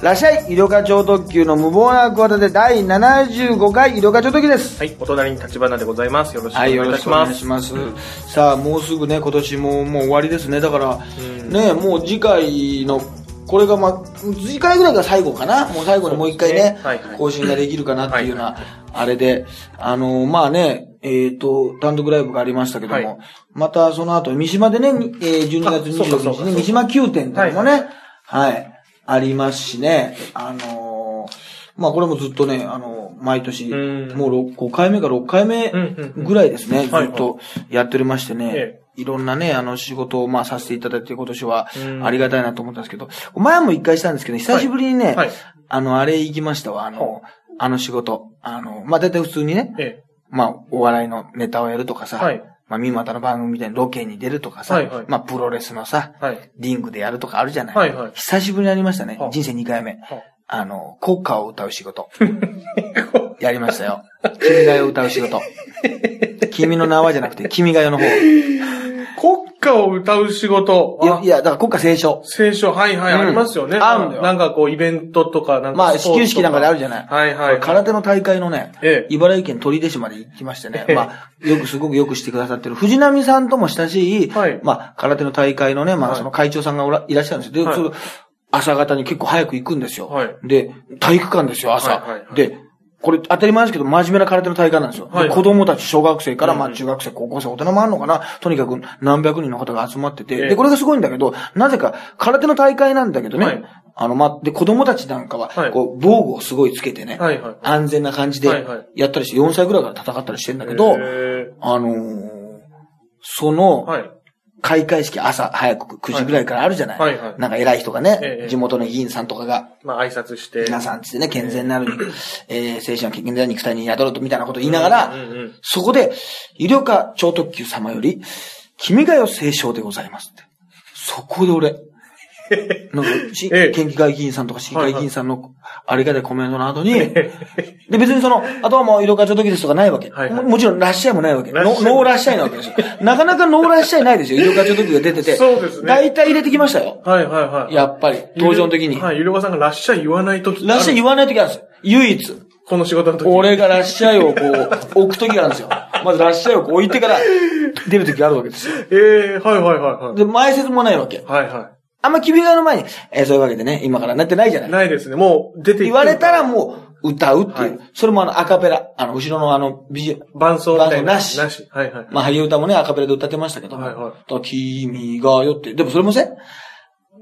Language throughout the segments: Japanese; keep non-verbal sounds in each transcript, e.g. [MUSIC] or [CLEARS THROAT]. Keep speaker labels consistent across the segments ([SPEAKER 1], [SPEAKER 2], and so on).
[SPEAKER 1] らっしゃい、医療課長特急の無謀な企てで第75回医療課長特急です。
[SPEAKER 2] はい、お隣に立花でございます。よろしくお
[SPEAKER 1] はい、よ
[SPEAKER 2] 願い
[SPEAKER 1] ろ
[SPEAKER 2] いた
[SPEAKER 1] し
[SPEAKER 2] し
[SPEAKER 1] くお願
[SPEAKER 2] ま
[SPEAKER 1] いし
[SPEAKER 2] す。
[SPEAKER 1] ます。さあ、もうすぐね、今年ももう終わりですね。だから、
[SPEAKER 2] うん
[SPEAKER 1] ね、もう次回の、これがまあ、次回ぐらいが最後かな。もう最後にもう一回ね、
[SPEAKER 2] そうですねはいはい
[SPEAKER 1] 更新ができるかなっていうような、あれで、あの、まあね、えっ、と、単独ライブがありましたけども、
[SPEAKER 2] はい
[SPEAKER 1] またその後、三島でね、にえー12月
[SPEAKER 2] あそうかそうか
[SPEAKER 1] 26日
[SPEAKER 2] そうか
[SPEAKER 1] に三島9店とかも
[SPEAKER 2] は
[SPEAKER 1] ね、はい、ありますしね、あのーまあこれもずっとね、あのー毎年、
[SPEAKER 2] うん
[SPEAKER 1] もうろ5回目か6回目
[SPEAKER 2] うんうんうん
[SPEAKER 1] ぐらいですね、ず
[SPEAKER 2] はいはい
[SPEAKER 1] っとやっておりましてね
[SPEAKER 2] え、
[SPEAKER 1] いろんなね、あの仕事をまあさせていただいて今年は
[SPEAKER 2] うん
[SPEAKER 1] ありがたいなと思ったんですけど、前も一回したんですけど、久しぶりにね、
[SPEAKER 2] はい。
[SPEAKER 1] あの、あれ行きましたわ、あの
[SPEAKER 2] ほ、
[SPEAKER 1] あの仕事。あの、まあ大体普通にね、
[SPEAKER 2] え
[SPEAKER 1] まあお笑いのネタをやるとか
[SPEAKER 2] え、
[SPEAKER 1] さ、
[SPEAKER 2] はい。
[SPEAKER 1] まあ、三股の番組みたいにロケに出るとかさ、
[SPEAKER 2] はいはい
[SPEAKER 1] まあ、プロレスのさ、
[SPEAKER 2] はい。
[SPEAKER 1] リングでやるとかあるじゃない。
[SPEAKER 2] はいはい
[SPEAKER 1] 久しぶりにやりましたね
[SPEAKER 2] は。あ
[SPEAKER 1] 人生2回目。
[SPEAKER 2] は
[SPEAKER 1] あの、国歌を歌う仕事。やりましたよ。君が代を歌う仕事。君の名はじゃなくて、君が代の方。い
[SPEAKER 2] [LAUGHS] 国歌を歌う仕事。
[SPEAKER 1] や、
[SPEAKER 2] あ
[SPEAKER 1] いや、だから国歌斉唱。
[SPEAKER 2] 聖書、はいはい、
[SPEAKER 1] うん
[SPEAKER 2] ありますよね。
[SPEAKER 1] あるのよ
[SPEAKER 2] なんかこう、イベントとか、なんか
[SPEAKER 1] まあ、
[SPEAKER 2] ス
[SPEAKER 1] 始
[SPEAKER 2] ポーツとか
[SPEAKER 1] 球式なんかであるじゃない。
[SPEAKER 2] はいはい。
[SPEAKER 1] 空手の大会のね、
[SPEAKER 2] ええ
[SPEAKER 1] 茨城県取手市まで行きましてね、
[SPEAKER 2] ええ
[SPEAKER 1] まあ、よく、すごくよくしてくださってる、藤波さんとも親しい、
[SPEAKER 2] はい
[SPEAKER 1] まあ、空手の大会のね、ま
[SPEAKER 2] は
[SPEAKER 1] あ、
[SPEAKER 2] い
[SPEAKER 1] その会長さんがおらいらっしゃるんですよ。で、
[SPEAKER 2] はい
[SPEAKER 1] その朝方に結構早く行くんですよ。
[SPEAKER 2] はい
[SPEAKER 1] で、体育館ですよ、朝。
[SPEAKER 2] はいはいはい
[SPEAKER 1] で、これ当たり前ですけど、真面目な空手の大会なんですよ。で
[SPEAKER 2] はい
[SPEAKER 1] 子供たち、小学生から、まあ
[SPEAKER 2] うん
[SPEAKER 1] 中学生、高校生、大人もあるのかな。とにかく何百人の方が集まってて。
[SPEAKER 2] ええ
[SPEAKER 1] で、これがすごいんだけど、なぜか空手の大会なんだけどね。
[SPEAKER 2] はい
[SPEAKER 1] あの、ま、で、子供たちなんかは
[SPEAKER 2] はい、
[SPEAKER 1] こう、防具をすごいつけてね。
[SPEAKER 2] はいはい。
[SPEAKER 1] 安全な感じで
[SPEAKER 2] はいはい
[SPEAKER 1] やったりして、4歳ぐらいから戦ったりしてんだけど、
[SPEAKER 2] え
[SPEAKER 1] あのーそ
[SPEAKER 2] え
[SPEAKER 1] の、
[SPEAKER 2] はい。
[SPEAKER 1] 開会式朝早く9時ぐらいからあるじゃない、
[SPEAKER 2] はいはいはい
[SPEAKER 1] なんか偉い人が
[SPEAKER 2] え
[SPEAKER 1] ね、
[SPEAKER 2] え
[SPEAKER 1] 地元の議員さんとかが、
[SPEAKER 2] まあ、挨拶して。
[SPEAKER 1] 皆さんつってね、健全なるに、
[SPEAKER 2] [CLEARS THROAT]
[SPEAKER 1] えー、精神は健全な肉体に宿るとみたいなことを言いながら、
[SPEAKER 2] うんうんうん
[SPEAKER 1] そこで、医療科超特急様より、君が代聖書でございますって。そこで
[SPEAKER 2] [LAUGHS]
[SPEAKER 1] 俺、なんか、し
[SPEAKER 2] ええ
[SPEAKER 1] 県議会議員さんとか市議会議員さんのありがたいコメントの
[SPEAKER 2] [LAUGHS]
[SPEAKER 1] 後に、
[SPEAKER 2] え
[SPEAKER 1] で、別にその、あとはもう、色課長時ですとかないわけ。
[SPEAKER 2] はいはい
[SPEAKER 1] ももちろん、らっしゃいもないわけ。
[SPEAKER 2] らっしゃい
[SPEAKER 1] ノ
[SPEAKER 2] も
[SPEAKER 1] ーノーらっしゃいなわけ
[SPEAKER 2] [LAUGHS]
[SPEAKER 1] ですよ。なかなかノーらっしゃいないですよ、色課長時が出てて。
[SPEAKER 2] そうですね
[SPEAKER 1] 大体入れてきましたよ。
[SPEAKER 2] はいはいはい。
[SPEAKER 1] やっぱり、登場の時に。
[SPEAKER 2] はい、ゆりおばさんがらっしゃい言わない時
[SPEAKER 1] らっしゃい
[SPEAKER 2] い
[SPEAKER 1] 言わない時あるんですよ。唯一。
[SPEAKER 2] この仕事の時。
[SPEAKER 1] 俺がらっしゃいをこう、置く時があるんですよ。まずらっしゃいをこう置いてから、出る時があるわけですよ。
[SPEAKER 2] ええはいはいはいはい。
[SPEAKER 1] で、前説もないわけ。
[SPEAKER 2] はいは
[SPEAKER 1] あんま君側の前に、えーそういうわけでね、今からなってないじゃない
[SPEAKER 2] い。。ないですね。もう、出て
[SPEAKER 1] 言われたら
[SPEAKER 2] も
[SPEAKER 1] もう、歌うっていう。
[SPEAKER 2] はい
[SPEAKER 1] それもあの、アカペラ。あの、後ろのあの、ビジュ
[SPEAKER 2] う、伴奏みたいな。
[SPEAKER 1] 伴奏なし
[SPEAKER 2] なし。はいはい。
[SPEAKER 1] まあ、萩生田もね、アカペラで歌ってましたけど、
[SPEAKER 2] はいはい
[SPEAKER 1] だから君がよって、でもそれもね、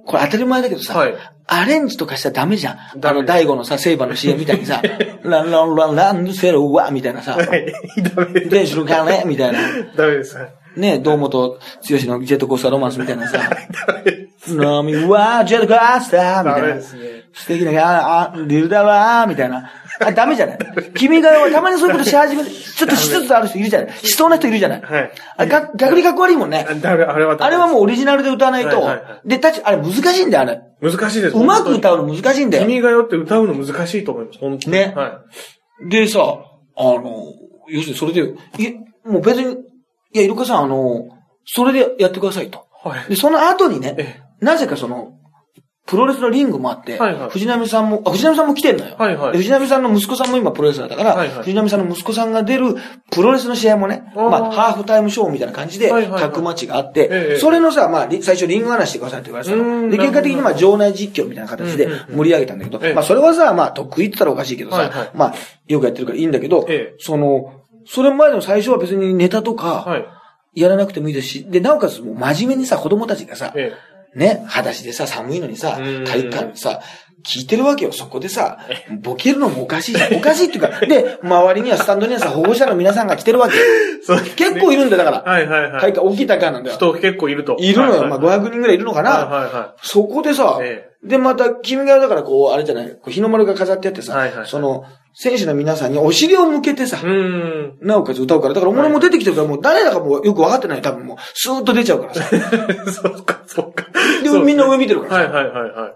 [SPEAKER 1] これ当たり前だけどさ、
[SPEAKER 2] はい
[SPEAKER 1] アレンジとかしたらダメじゃん。
[SPEAKER 2] ダ
[SPEAKER 1] あ
[SPEAKER 2] メ
[SPEAKER 1] の、大悟のさ、セイバーの CM みたいにさ、ランランランランセロワみたいなさ、
[SPEAKER 2] はい。ダメです。
[SPEAKER 1] 電子のカねみたいな。
[SPEAKER 2] ダメです。はい
[SPEAKER 1] ね、堂本剛のジェットコースターロマンスみたいなさ、波はジェットコースターみた
[SPEAKER 2] ダ
[SPEAKER 1] い
[SPEAKER 2] メ
[SPEAKER 1] な
[SPEAKER 2] で。すね。
[SPEAKER 1] 素敵なが、あ、リルだわー、みたいな。あ、ダメじゃない君が代はたまにそういうことし始める、ちょっとしつつある人いるじゃないしそうな人いるじゃない
[SPEAKER 2] はい
[SPEAKER 1] あれが逆にかっこ悪いもんね。
[SPEAKER 2] あダメ、あれは
[SPEAKER 1] あれはもうオリジナルで歌わないと、
[SPEAKER 2] はいはいは
[SPEAKER 1] で、たち、あれ難しいんだよ、あれ。
[SPEAKER 2] う、難しいです。
[SPEAKER 1] うまく歌うの難しいんだよ。
[SPEAKER 2] 君がよって歌うの難しいと思います。本当に。
[SPEAKER 1] ね
[SPEAKER 2] は
[SPEAKER 1] でさ、あの、要するにそれで、い、もう別に、いや、イルカさん、あの、それでやってくださいと。
[SPEAKER 2] い。はい。
[SPEAKER 1] で、その後に
[SPEAKER 2] え
[SPEAKER 1] ね、なぜかその、プロレスのリングもあって、
[SPEAKER 2] はいはい
[SPEAKER 1] 藤波さんも、あ、藤波さんも来てんのよ。
[SPEAKER 2] はいはい
[SPEAKER 1] で藤波さんの息子さんも今プロレスラーだから、
[SPEAKER 2] はいはい
[SPEAKER 1] 藤波さんの息子さんが出るプロレスの試合もね、
[SPEAKER 2] あー
[SPEAKER 1] まあ、ハーフタイムショーみたいな感じで、
[SPEAKER 2] はいはいはい
[SPEAKER 1] タッグマッチがあって、
[SPEAKER 2] ええ
[SPEAKER 1] それのさ、まあ、り最初リング話してくださいって言われてた
[SPEAKER 2] うー
[SPEAKER 1] の。
[SPEAKER 2] ん
[SPEAKER 1] で、結果的にま
[SPEAKER 2] なるほ
[SPEAKER 1] あ、場内実況みたいな形で
[SPEAKER 2] うんうんうん
[SPEAKER 1] 盛り上げたんだけど、
[SPEAKER 2] ええ
[SPEAKER 1] まあ、それはさ、まあ、得意って言ったらおかしいけどさ、
[SPEAKER 2] はいはい
[SPEAKER 1] まあ、よくやってるからいいんだけど、
[SPEAKER 2] ええ
[SPEAKER 1] その、それまでの最初は別にネタとか、
[SPEAKER 2] はい。
[SPEAKER 1] やらなくてもいいですし、で、なおかつもう真面目にさ、子供たちがさ、
[SPEAKER 2] え
[SPEAKER 1] ね、裸足でさ、寒いのにさ、
[SPEAKER 2] うん
[SPEAKER 1] 体育館でさ、聞いてるわけよ。そこでさ、ボケるのもおかしいじゃん。おかしいっていうか、で、周りにはスタンドに
[SPEAKER 2] [LAUGHS]
[SPEAKER 1] はさ、保護者の皆さんが来てるわけよ。
[SPEAKER 2] え。そうですね
[SPEAKER 1] 結構いるんだよ、だから。
[SPEAKER 2] はいはいは
[SPEAKER 1] 体
[SPEAKER 2] い。
[SPEAKER 1] 育館、大きい体育館なんだよ。
[SPEAKER 2] 人結構いると。
[SPEAKER 1] いるのよ。
[SPEAKER 2] はい
[SPEAKER 1] ま
[SPEAKER 2] は
[SPEAKER 1] あ、
[SPEAKER 2] い
[SPEAKER 1] 500人ぐらいいるのかな。
[SPEAKER 2] はいはいは
[SPEAKER 1] そこでさ、
[SPEAKER 2] え
[SPEAKER 1] で、また、君が代だから、こう、あれじゃない、こう日の丸が飾ってあってさ、
[SPEAKER 2] はいはいはい
[SPEAKER 1] その、選手の皆さんにお尻を向けてさ、
[SPEAKER 2] い。うーん。 [LAUGHS]
[SPEAKER 1] なおかつ歌うから。だから俺も出てきてるから、もう誰だかもうよく分かってない。多分もう、スーッと出ちゃうからさ。
[SPEAKER 2] そうか、そうか。
[SPEAKER 1] で
[SPEAKER 2] そう、
[SPEAKER 1] みんな上見てるからさ。
[SPEAKER 2] はいはいはいは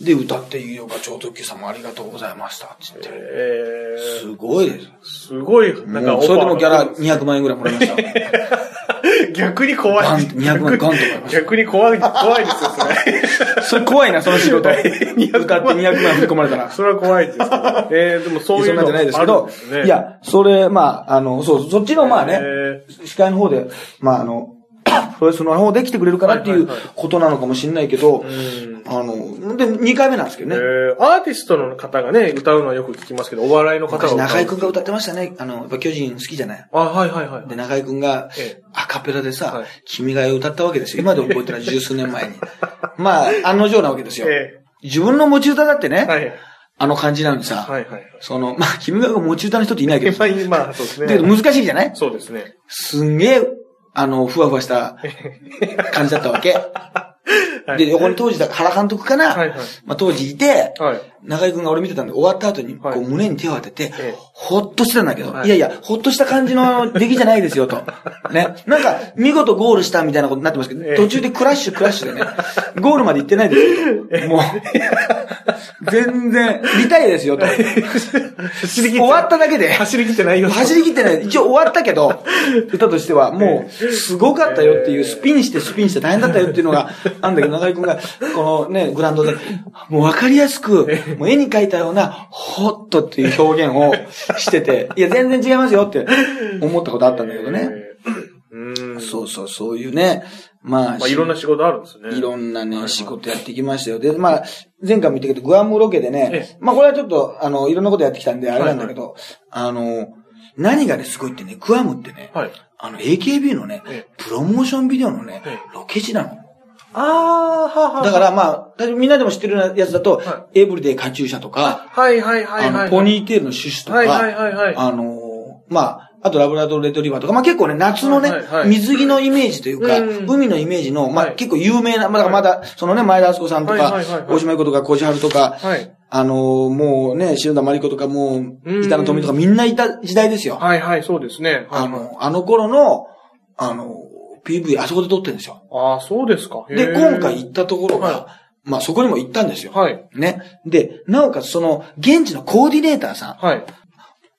[SPEAKER 2] い。
[SPEAKER 1] で、歌っていいよか、超特急様ありがとうございました。って言って。
[SPEAKER 2] え
[SPEAKER 1] すごいです。
[SPEAKER 2] ー、すごい、なんか
[SPEAKER 1] も
[SPEAKER 2] オ
[SPEAKER 1] う
[SPEAKER 2] ファーが、
[SPEAKER 1] それでもギャラ200万円ぐらいもらいました。
[SPEAKER 2] [LAUGHS] 逆に怖い。
[SPEAKER 1] ガン200万ガンとかありました [LAUGHS]
[SPEAKER 2] [LAUGHS] 逆に怖い、怖いですよ、それ。 [LAUGHS]
[SPEAKER 1] それ怖いな、その仕事。歌って
[SPEAKER 2] 200万
[SPEAKER 1] 200万振り込まれた [LAUGHS] ら。
[SPEAKER 2] それは怖いですけど。えー、でもそういう
[SPEAKER 1] そんなんじゃないですけ
[SPEAKER 2] あるん
[SPEAKER 1] ど
[SPEAKER 2] ですね、
[SPEAKER 1] い、や、それ、まあ、あの、そう、そっちの、まあね、
[SPEAKER 2] え
[SPEAKER 1] 司会の方で、まあ、あの、 [COUGHS] プロレスの方で来てくれるからってい
[SPEAKER 2] はいうはいはい
[SPEAKER 1] ことなのかもしれないけど
[SPEAKER 2] ー、うん
[SPEAKER 1] あの、で、2回目なんですけど
[SPEAKER 2] え
[SPEAKER 1] ね。
[SPEAKER 2] ーアーティストの方がね、歌うのはよく聞きますけど、お笑いの方が
[SPEAKER 1] 昔
[SPEAKER 2] 歌う。
[SPEAKER 1] 中井くんが歌ってましたね。あの、やっぱ巨人好きじゃない。
[SPEAKER 2] あ、はいはいはい。
[SPEAKER 1] で、中井くんが
[SPEAKER 2] ええ、
[SPEAKER 1] アカペラでさ、
[SPEAKER 2] はい
[SPEAKER 1] 君が代を歌ったわけですよ。今でも覚えてない、十数年前に。 [LAUGHS] まあ、案の定なわけですよ。
[SPEAKER 2] え
[SPEAKER 1] 自分の持ち歌だってね、
[SPEAKER 2] えはい。
[SPEAKER 1] あの感じなのにさ、
[SPEAKER 2] はいはい。
[SPEAKER 1] その、まあ、君が代が持ち歌の人っていないけど
[SPEAKER 2] まあ、まあ、そうです
[SPEAKER 1] で、
[SPEAKER 2] ね。
[SPEAKER 1] 難しいじゃない
[SPEAKER 2] そうですね。
[SPEAKER 1] すんげえ、あの、ふわふわした感じだったわけ。
[SPEAKER 2] [LAUGHS] はい
[SPEAKER 1] で、横に当時だ、原監督かな、
[SPEAKER 2] はいはい
[SPEAKER 1] まあ、当時いて、
[SPEAKER 2] はい。
[SPEAKER 1] 中井くんが俺見てたんで、終わった後に、こ、
[SPEAKER 2] はいう
[SPEAKER 1] 胸に手を当てて、
[SPEAKER 2] ええ
[SPEAKER 1] ほっとしてたんだけど、
[SPEAKER 2] はい
[SPEAKER 1] い、やいや、ほっとした感じの出来じゃないですよ、
[SPEAKER 2] [LAUGHS]
[SPEAKER 1] と。ね。なんか、見事ゴールしたみたいなことになってますけど、
[SPEAKER 2] ええ
[SPEAKER 1] 途中でクラッシュクラッシュでね、ゴールまで行ってない
[SPEAKER 2] [LAUGHS]
[SPEAKER 1] ですよ、と。もう、全然、リタイアです
[SPEAKER 2] [LAUGHS]
[SPEAKER 1] よ、と。
[SPEAKER 2] 走り
[SPEAKER 1] 終
[SPEAKER 2] 切っ
[SPEAKER 1] わっただけで。
[SPEAKER 2] 走り切ってないよ。
[SPEAKER 1] 走り切ってない。一応終わったけど、歌としては、もう、すごかったよっていう、スピンしてスピンして大変だったよっていうのが、あんだけど、中井くんが、このね、グラウンドで、もうわかりやすく、もう絵に描いたような、ホットっていう表現をしてて、いや、全然違いますよって思ったことあったんだけどね。
[SPEAKER 2] えー。うん。
[SPEAKER 1] そうそう、そういうね、まあ、
[SPEAKER 2] まあ、いろんな仕事あるんですね。
[SPEAKER 1] いろんな
[SPEAKER 2] はいは
[SPEAKER 1] ね、
[SPEAKER 2] い
[SPEAKER 1] 仕事やってきましたよ。で、まあ、前回も言ったけど、グアムロケで
[SPEAKER 2] ええ
[SPEAKER 1] ね、まあこれはちょっと、あの、いろんなことやってきたんで、あれなんだけど、あの、何がね、すごいってね、グアムってね、
[SPEAKER 2] はい。
[SPEAKER 1] あの、AKB のね
[SPEAKER 2] ええ、
[SPEAKER 1] プロモーションビデオのね
[SPEAKER 2] ええ、
[SPEAKER 1] ロケ地なの。
[SPEAKER 2] ああ、はは
[SPEAKER 1] だからまあ、みんなでも知ってるようなやつだと
[SPEAKER 2] は、
[SPEAKER 1] エブリデイカチューシャとか、
[SPEAKER 2] はいはいはい
[SPEAKER 1] あ
[SPEAKER 2] は
[SPEAKER 1] の、
[SPEAKER 2] い。
[SPEAKER 1] ポニーテールのシュシュと
[SPEAKER 2] はいはい
[SPEAKER 1] か、
[SPEAKER 2] はいはい。
[SPEAKER 1] あの、まあ、あとラブラドルレトリバーとか、まあ結構ね、夏のね
[SPEAKER 2] はいはいは、い
[SPEAKER 1] 水着のイメージというか、
[SPEAKER 2] うん
[SPEAKER 1] 海のイメージの、まあ
[SPEAKER 2] はい
[SPEAKER 1] 結構有名な、まあだからまだ、そのね、前田敦子さんと
[SPEAKER 2] は
[SPEAKER 1] か
[SPEAKER 2] いはいはいは、い
[SPEAKER 1] 大島優子とか、小路春とか、
[SPEAKER 2] はい。
[SPEAKER 1] あの、もうね、篠田真理子とか、も
[SPEAKER 2] う
[SPEAKER 1] う、
[SPEAKER 2] ん
[SPEAKER 1] 板野友美とかみんないた時代ですよ。
[SPEAKER 2] はいはい、そうですね。はい
[SPEAKER 1] あの、あの頃の、あの、PV、あそこで撮ってるんですよ。
[SPEAKER 2] ああ、そうですか。へ
[SPEAKER 1] で、
[SPEAKER 2] ー
[SPEAKER 1] 今回行ったところが、
[SPEAKER 2] は
[SPEAKER 1] まあそこにも行ったんですよ。
[SPEAKER 2] はい。
[SPEAKER 1] ね。で、なおかつその、現地のコーディネーターさん、
[SPEAKER 2] はい。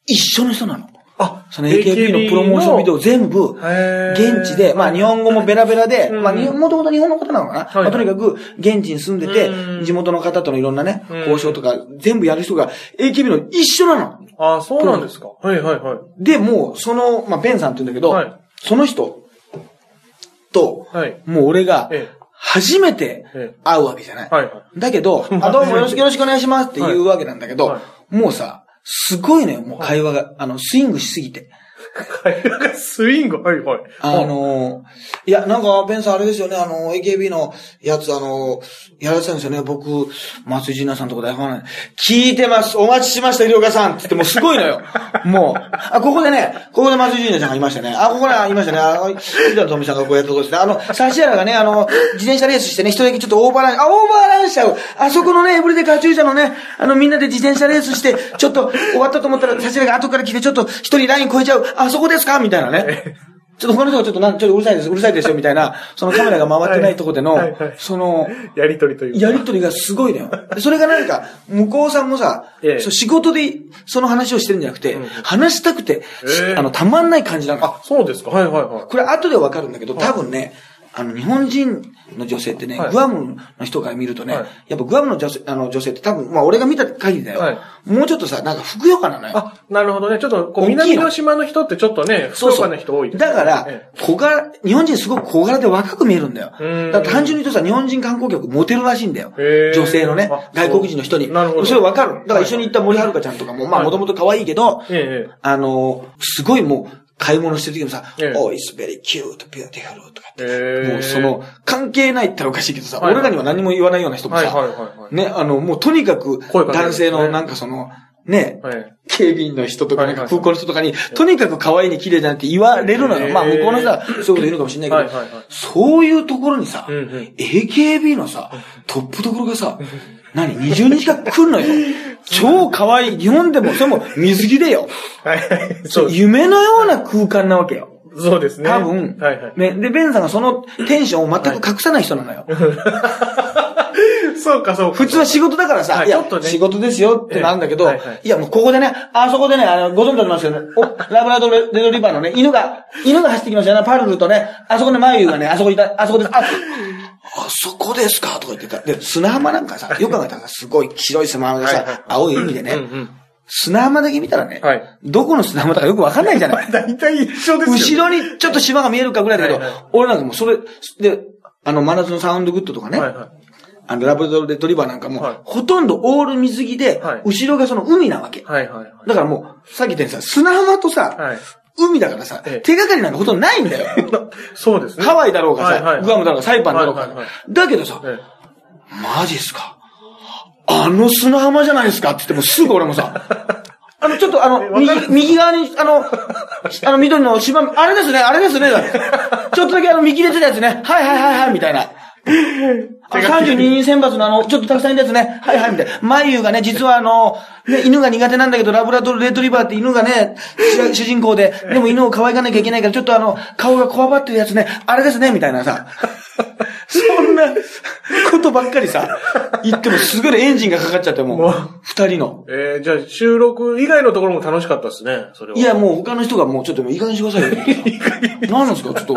[SPEAKER 1] 一緒の人なの。
[SPEAKER 2] あ、
[SPEAKER 1] その AKB のプロモーションビデオ全部、
[SPEAKER 2] へー
[SPEAKER 1] 現地で、まあ日本語もベラベラで、
[SPEAKER 2] うん
[SPEAKER 1] まあ日本、もともと日本の方なのかな、
[SPEAKER 2] い
[SPEAKER 1] まあとにかく、現地に住んでて
[SPEAKER 2] う、ん
[SPEAKER 1] 地元の方とのいろんなね、
[SPEAKER 2] うん
[SPEAKER 1] 交渉とか、全部やる人が AKB の一緒なの。
[SPEAKER 2] ああ、そうなんですか。はいはいはい。
[SPEAKER 1] で、もう、その、まあベンさんって言うんだけど、
[SPEAKER 2] はい
[SPEAKER 1] その人と、
[SPEAKER 2] はい。
[SPEAKER 1] もう俺が
[SPEAKER 2] ええ、
[SPEAKER 1] 初めて
[SPEAKER 2] え
[SPEAKER 1] 会うわけじゃない。
[SPEAKER 2] はいはい。
[SPEAKER 1] だけ
[SPEAKER 2] [LAUGHS]
[SPEAKER 1] ど、あ、どうもよろしくよろしくお願いしますって言うわけなんだけど、
[SPEAKER 2] はいは
[SPEAKER 1] もうさ、すごいね、もう会話が、あの、スイングしすぎて。
[SPEAKER 2] 会話がスイング、はいはい。
[SPEAKER 1] あのーいや、なんか、ベンさんあれですよね、あの、AKB のやつ、あのやられてたんですよね、僕、松井純奈さんとか大ファンなんで聞いてますお待ちしました、医療家さんって言って、もうすごいのよ。 [LAUGHS] もう、あ、ここでね、ここで松井純奈さんがいましたね。あ、ここらいましたね。あ、藤田富美さんがこうやったとこですね。あの、指原がね、あの、自転車レースしてね、一人だけちょっとオーバーラン、あ、オーバーランしちゃう。あそこのね、エブリデカチューシャのね、あの、みんなで自転車レースして、ちょっと終わったと思ったら、指原が後から来て、ちょっと一人ライン超えちゃう。あ、そこですかみたいなね。ちょっと他の人がちょっとなん、ちょっとうるさいです、うるさいですよ、みたい
[SPEAKER 2] [LAUGHS]
[SPEAKER 1] な、そのカメラが回ってないとこでの
[SPEAKER 2] はいはいはい、
[SPEAKER 1] その、
[SPEAKER 2] やりとりというか。
[SPEAKER 1] やりとりがすごいのよ。でそれがなんか、向こうさんもさ、
[SPEAKER 2] ええ
[SPEAKER 1] そう仕事でその話をしてるんじゃなくて、
[SPEAKER 2] ん
[SPEAKER 1] 話したくて、
[SPEAKER 2] ええ
[SPEAKER 1] あの、たまんない感じなの。
[SPEAKER 2] あ、そうですか。はいはいはい。
[SPEAKER 1] これ後でわかるんだけど、多分ね、あの、日本人の女性ってね、
[SPEAKER 2] はい
[SPEAKER 1] グアムの人から見るとね、
[SPEAKER 2] はい
[SPEAKER 1] やっぱグアムの女性あの女性って多分、まあ俺が見た限りだよ、
[SPEAKER 2] はい
[SPEAKER 1] もうちょっとさ、なんかふくよかなのよ。
[SPEAKER 2] あ、なるほどね。ちょっと、こう、
[SPEAKER 1] 大きいの
[SPEAKER 2] 南の島の人ってちょっとね、福岡の人多いですね
[SPEAKER 1] だから
[SPEAKER 2] え、
[SPEAKER 1] 小柄、日本人すごく小柄で若く見えるんだよ。
[SPEAKER 2] うん
[SPEAKER 1] だから単純に言うとさ、日本人観光客モテるらしいんだよ
[SPEAKER 2] へ。ー
[SPEAKER 1] 女性のね
[SPEAKER 2] あ、
[SPEAKER 1] 外国人の人に。
[SPEAKER 2] そうなるほど
[SPEAKER 1] それわかる。だから一緒に行った森遥ちゃんとかも、まあ
[SPEAKER 2] はい
[SPEAKER 1] もともと可愛いけど、
[SPEAKER 2] えええ
[SPEAKER 1] あの、すごいもう、買い物してる時もさ、
[SPEAKER 2] ええ
[SPEAKER 1] Oh, it's very cute, beautiful とかって。
[SPEAKER 2] へー
[SPEAKER 1] もうその、関係ないって言ったらおかしいけどさ、
[SPEAKER 2] はい
[SPEAKER 1] 俺らには何も言わないような人も
[SPEAKER 2] はい
[SPEAKER 1] さ、
[SPEAKER 2] はいはいはい。
[SPEAKER 1] ね、あの、もうとにかく、
[SPEAKER 2] 声かけるん
[SPEAKER 1] 男
[SPEAKER 2] ですね
[SPEAKER 1] 性のなんかその、ね、
[SPEAKER 2] はい。
[SPEAKER 1] 警備員の人とか、
[SPEAKER 2] は
[SPEAKER 1] ないんか空港の人とかに、とにかく可愛いに綺麗だなんて言われるの
[SPEAKER 2] へ
[SPEAKER 1] よ。
[SPEAKER 2] ー
[SPEAKER 1] まあ、向こうの人はそういうこと言うのかもしれないけど
[SPEAKER 2] はいはいはい、
[SPEAKER 1] そういうところにさ、
[SPEAKER 2] うんうん
[SPEAKER 1] AKB のさ、トップどころがさ、何 ?20 人しか来んのよ。
[SPEAKER 2] [LAUGHS]
[SPEAKER 1] 超可愛い。日本でも、それも水着でよ。
[SPEAKER 2] はいはい。そうです。
[SPEAKER 1] 夢のような空間なわけよ。
[SPEAKER 2] そうですね。
[SPEAKER 1] 多分、
[SPEAKER 2] はいはい。
[SPEAKER 1] ね。で、ベンさんがそのテンションを全く隠さない人なのよ。
[SPEAKER 2] そうかそうか。
[SPEAKER 1] 普通は仕事だからさ、
[SPEAKER 2] はい
[SPEAKER 1] い、や、
[SPEAKER 2] ちょっとね
[SPEAKER 1] 仕事ですよってなんだけど、
[SPEAKER 2] ええはいはい
[SPEAKER 1] いや、もうここでね、あそこでね、あの、ご存知だと思いますけどね、
[SPEAKER 2] [LAUGHS]
[SPEAKER 1] お、ラブラドレドリバーのね、犬が、犬が走ってきましたよね、パルルとね、あそこのマユがね、あそこいた、あそこです、あ、あそこですかとか言ってた。で、砂浜なんかさ、よく考えたらさ、すごい白い砂浜で
[SPEAKER 2] はいはいはい
[SPEAKER 1] さ、青い海で
[SPEAKER 2] うん
[SPEAKER 1] ね、砂浜だけ見たらね
[SPEAKER 2] はい、
[SPEAKER 1] どこの砂浜だかよくわかんないじゃない
[SPEAKER 2] うん。大体一緒ですよ。
[SPEAKER 1] 後ろにちょっと島が見えるかぐらいだけど
[SPEAKER 2] はいはい、
[SPEAKER 1] 俺なんかもうそれ、で、あの、真夏のサウンドグッドとかね
[SPEAKER 2] は、いはい。
[SPEAKER 1] あの、ラブドトリバーなんか
[SPEAKER 2] はい
[SPEAKER 1] も、ほとんどオール水着で
[SPEAKER 2] はい、
[SPEAKER 1] 後ろがその海なわけ。
[SPEAKER 2] はいはいはい。
[SPEAKER 1] だからもう、さっき言ったようにさ、砂浜とさ、
[SPEAKER 2] はい。
[SPEAKER 1] 海だからさ、
[SPEAKER 2] ええ
[SPEAKER 1] 手がかりなんかほとんどないんだよ。
[SPEAKER 2] そうですね。
[SPEAKER 1] ハワイだろうが
[SPEAKER 2] はいは
[SPEAKER 1] さ、
[SPEAKER 2] い
[SPEAKER 1] グアムだろうが、サイパンだろう
[SPEAKER 2] はいはいは
[SPEAKER 1] が
[SPEAKER 2] い。
[SPEAKER 1] だけどさ、
[SPEAKER 2] え
[SPEAKER 1] マジっすかあの砂浜じゃないですかって言ってもすぐ俺も
[SPEAKER 2] [LAUGHS]
[SPEAKER 1] さ、あの、ちょっとあ
[SPEAKER 2] え
[SPEAKER 1] の、
[SPEAKER 2] わかる
[SPEAKER 1] 右、右側に、あの、あの緑の島、あれですね、あれですね、だってちょっとだけあの、見切れてたやつね、はいはいはいはい、みたいな。あの32人選抜のあの、ちょっとたくさんいたやつね、はいはい、みたいな。眉がね、実はあの、ね、犬が苦手なんだけど、ラブラドルレッドリバーって犬がね、主主人公で、でも犬を可愛がなきゃいけないから、ちょっとあの、顔がこわばってるやつね、あれですね、みたいなさ。 [LAUGHS] そんなことばっかりさ、言ってもすぐにエンジンがかかっちゃっても
[SPEAKER 2] も
[SPEAKER 1] う
[SPEAKER 2] う、
[SPEAKER 1] 二人の。
[SPEAKER 2] ええーじゃあ収録以外のところも楽しかったですね、それは。
[SPEAKER 1] いや、もう他の人がもうちょっともういい加減にしてくださいよって言ってさ。何なんですかちょっと、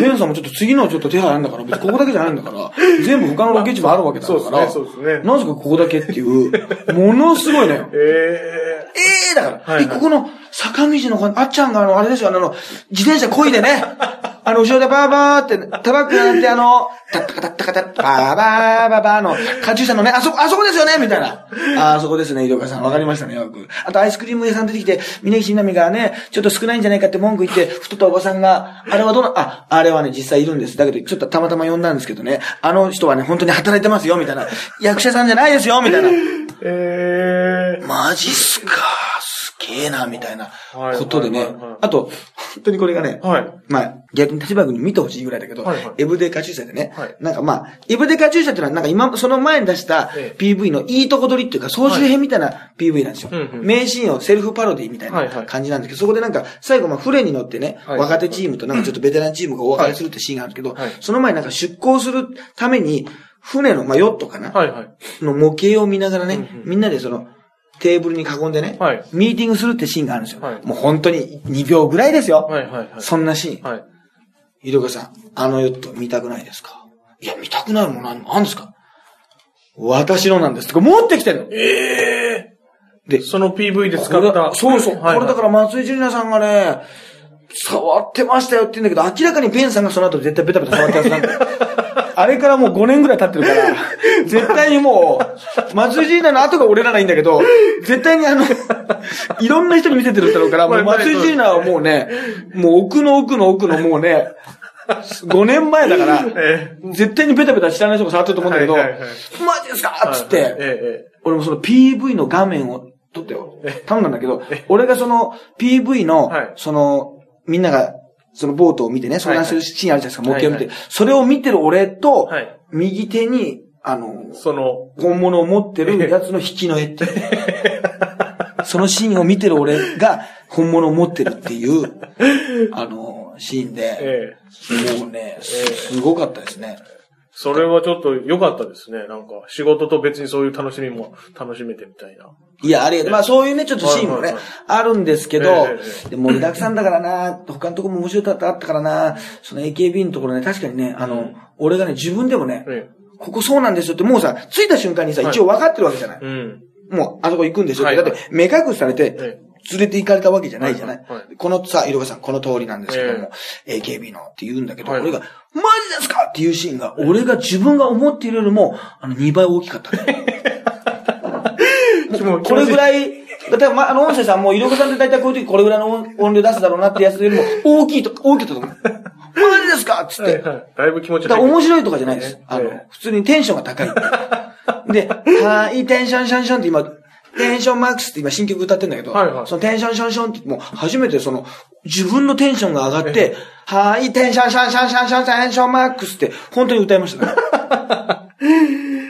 [SPEAKER 1] レンさんもちょっと次のちょっと手配あるんだから、別にここだけじゃないんだから、全部他のロケ地もあるわけだから、
[SPEAKER 2] まあそうですねそうですね
[SPEAKER 1] なんすかここだけっていう、ものすごいのよ。
[SPEAKER 2] え
[SPEAKER 1] ええだから、
[SPEAKER 2] はい
[SPEAKER 1] でここの坂道のか、あっちゃんがあの、あれですよ、あの、自転車漕いでね、あの、後ろでバーバーって、タバックやってあの、タッタカタッタカタッ、バーバーバーバーの、カチューシャのね、あそこ、あそこですよねみたいな。ああそこですね、井戸川さん。わかりましたね、よく。あと、アイスクリーム屋さん出てきて、峯岸みなみがね、ちょっと少ないんじゃないかって文句言って、太ったおばさんが、あれはどうな、あ、あれはね、実際いるんです。だけど、ちょっとたまたま呼んだんですけどね、あの人はね、本当に働いてますよ、みたいな。役者さんじゃないですよ、みたいな。
[SPEAKER 2] ー、えー、
[SPEAKER 1] マジっすか、すげえな、みたいな
[SPEAKER 2] はい
[SPEAKER 1] ことでね
[SPEAKER 2] はいはいはい。
[SPEAKER 1] あと、本当にこれがね、
[SPEAKER 2] はい。
[SPEAKER 1] まあ、逆に立場君に見てほしいぐらいだけど、
[SPEAKER 2] はいはい
[SPEAKER 1] エブデカチューシャでね、
[SPEAKER 2] はい
[SPEAKER 1] なんかまあ、エブデカチューシャってのは、なんか今、その前に出した
[SPEAKER 2] ええ
[SPEAKER 1] PV のいいとこ取りっていうか、総集編みたいな PV なんですよ。
[SPEAKER 2] うんうん
[SPEAKER 1] 名シーンをセルフパロディみたい
[SPEAKER 2] は
[SPEAKER 1] ない
[SPEAKER 2] はい
[SPEAKER 1] 感じなんですけど、そこでなんか、最後まあ、船に乗ってね、
[SPEAKER 2] はい
[SPEAKER 1] 若手チームとなんかちょっとベテランチームがお別れするってシーンがあるけど、
[SPEAKER 2] はい
[SPEAKER 1] その前になんか出港するために、船の、まあ、ヨットかな、
[SPEAKER 2] はいはい。
[SPEAKER 1] の模型を見ながらね、
[SPEAKER 2] うんうん
[SPEAKER 1] みんなでその、テーブルに囲んでね、
[SPEAKER 2] はい
[SPEAKER 1] ミーティングするってシーンがあるんですよ。
[SPEAKER 2] はい
[SPEAKER 1] もう本当に2秒ぐらいですよ。
[SPEAKER 2] はいはいはい。
[SPEAKER 1] そんなシーン。
[SPEAKER 2] はい。
[SPEAKER 1] 井戸川さん、あのヨット見たくないですかいや、見たくないもんなん、なんですか私のなんですとか、持ってきてるの
[SPEAKER 2] ええ
[SPEAKER 1] で
[SPEAKER 2] ー、その PV で使
[SPEAKER 1] これ
[SPEAKER 2] っ
[SPEAKER 1] だ
[SPEAKER 2] た。
[SPEAKER 1] そうそう。
[SPEAKER 2] はいはい
[SPEAKER 1] これだから松井純奈さんがね、触ってましたよって言うんだけど、明らかにベンさんがその後絶対ベタベタ触ったはずなん
[SPEAKER 2] [LAUGHS]
[SPEAKER 1] だよ。あれからもう5年ぐらい経ってるから、絶対にもう、松井純奈の後が俺らないいんだけど、絶対に
[SPEAKER 2] [LAUGHS]
[SPEAKER 1] あの、いろんな人に見せてるだろうから、もう
[SPEAKER 2] まあ
[SPEAKER 1] 松井純奈はもうね、もう奥の奥の奥のもうね、5年前だから、
[SPEAKER 2] え
[SPEAKER 1] 絶対にベタベタ知らない人が触ってると思うんだけど、
[SPEAKER 2] はいはいはい
[SPEAKER 1] マジですかっつっ
[SPEAKER 2] はいは
[SPEAKER 1] て、
[SPEAKER 2] いえ
[SPEAKER 1] 俺もその PV の画面を撮ってよ。頼んだんだけど、俺がその PV の
[SPEAKER 2] はい、
[SPEAKER 1] その、みんなが、そのボートを見てね、相談するシーンあるじゃないですか、模
[SPEAKER 2] はいはい
[SPEAKER 1] 型を見て。それを見てる俺と
[SPEAKER 2] はい、
[SPEAKER 1] 右手に、あの、
[SPEAKER 2] えその、 [LAUGHS]
[SPEAKER 1] 本物を持ってるやつの引きの絵っていう。そのシーンを見てる俺が本物を持ってるって
[SPEAKER 2] [LAUGHS]
[SPEAKER 1] いう、あの、シーンで、
[SPEAKER 2] ええ
[SPEAKER 1] もうね、すごかったですね。
[SPEAKER 2] それはちょっと良かったですね。なんか、仕事と別にそういう楽しみも楽しめてみたいな。
[SPEAKER 1] いや、ありがとう。まあそういうね、ちょっとシーンも
[SPEAKER 2] はい
[SPEAKER 1] ね
[SPEAKER 2] はいはい、
[SPEAKER 1] あるんですけど
[SPEAKER 2] えええ、
[SPEAKER 1] でも盛りだくさんだからな、他のとこも面白いとこあったからな、その AKB のところね、確かにね、あ
[SPEAKER 2] う
[SPEAKER 1] の
[SPEAKER 2] ん、
[SPEAKER 1] 俺がね、自分でもね、
[SPEAKER 2] え
[SPEAKER 1] ここそうなんですよって、もうさ、着いた瞬間にさ、
[SPEAKER 2] はい
[SPEAKER 1] 一応分かってるわけじゃない [LAUGHS]
[SPEAKER 2] え。うん。
[SPEAKER 1] もう、あそこ行くんですよっ
[SPEAKER 2] は
[SPEAKER 1] て。だ
[SPEAKER 2] い
[SPEAKER 1] っ
[SPEAKER 2] はい
[SPEAKER 1] て、目隠しされ
[SPEAKER 2] え
[SPEAKER 1] て、連れて行かれたわけじゃないじゃない
[SPEAKER 2] はいはいは。
[SPEAKER 1] このさ、いろがさん、この通りなんですけども、AKB のって言うんだけど、
[SPEAKER 2] はい
[SPEAKER 1] 俺が、マジですかっていうシーンが、俺が自分が思っているよりも、あの、2倍大きかったね。
[SPEAKER 2] もう
[SPEAKER 1] これぐ
[SPEAKER 2] い。
[SPEAKER 1] らい、だって、ま、あの、音声さんも、いろこさんって大体こういう時これぐらいの音音量出すだろうなってやつよりも、大きいと、大きいと思う。マジですかっつっ
[SPEAKER 2] は
[SPEAKER 1] て
[SPEAKER 2] い。はい。だいぶ気持ち
[SPEAKER 1] だから
[SPEAKER 2] い。
[SPEAKER 1] 面白いとかじゃないです
[SPEAKER 2] ええ。
[SPEAKER 1] あの
[SPEAKER 2] ええ、
[SPEAKER 1] 普通にテンションが高い
[SPEAKER 2] [LAUGHS]
[SPEAKER 1] っていう。で、はい、テンションションションって今、テンションマックスって今新曲歌ってんだけど、
[SPEAKER 2] はいはい
[SPEAKER 1] そのテンションションションってもう初めてその、自分のテンションが上がって、はい、テンションションションションションテンションマックスって本当に歌いま
[SPEAKER 2] [LAUGHS]
[SPEAKER 1] したね。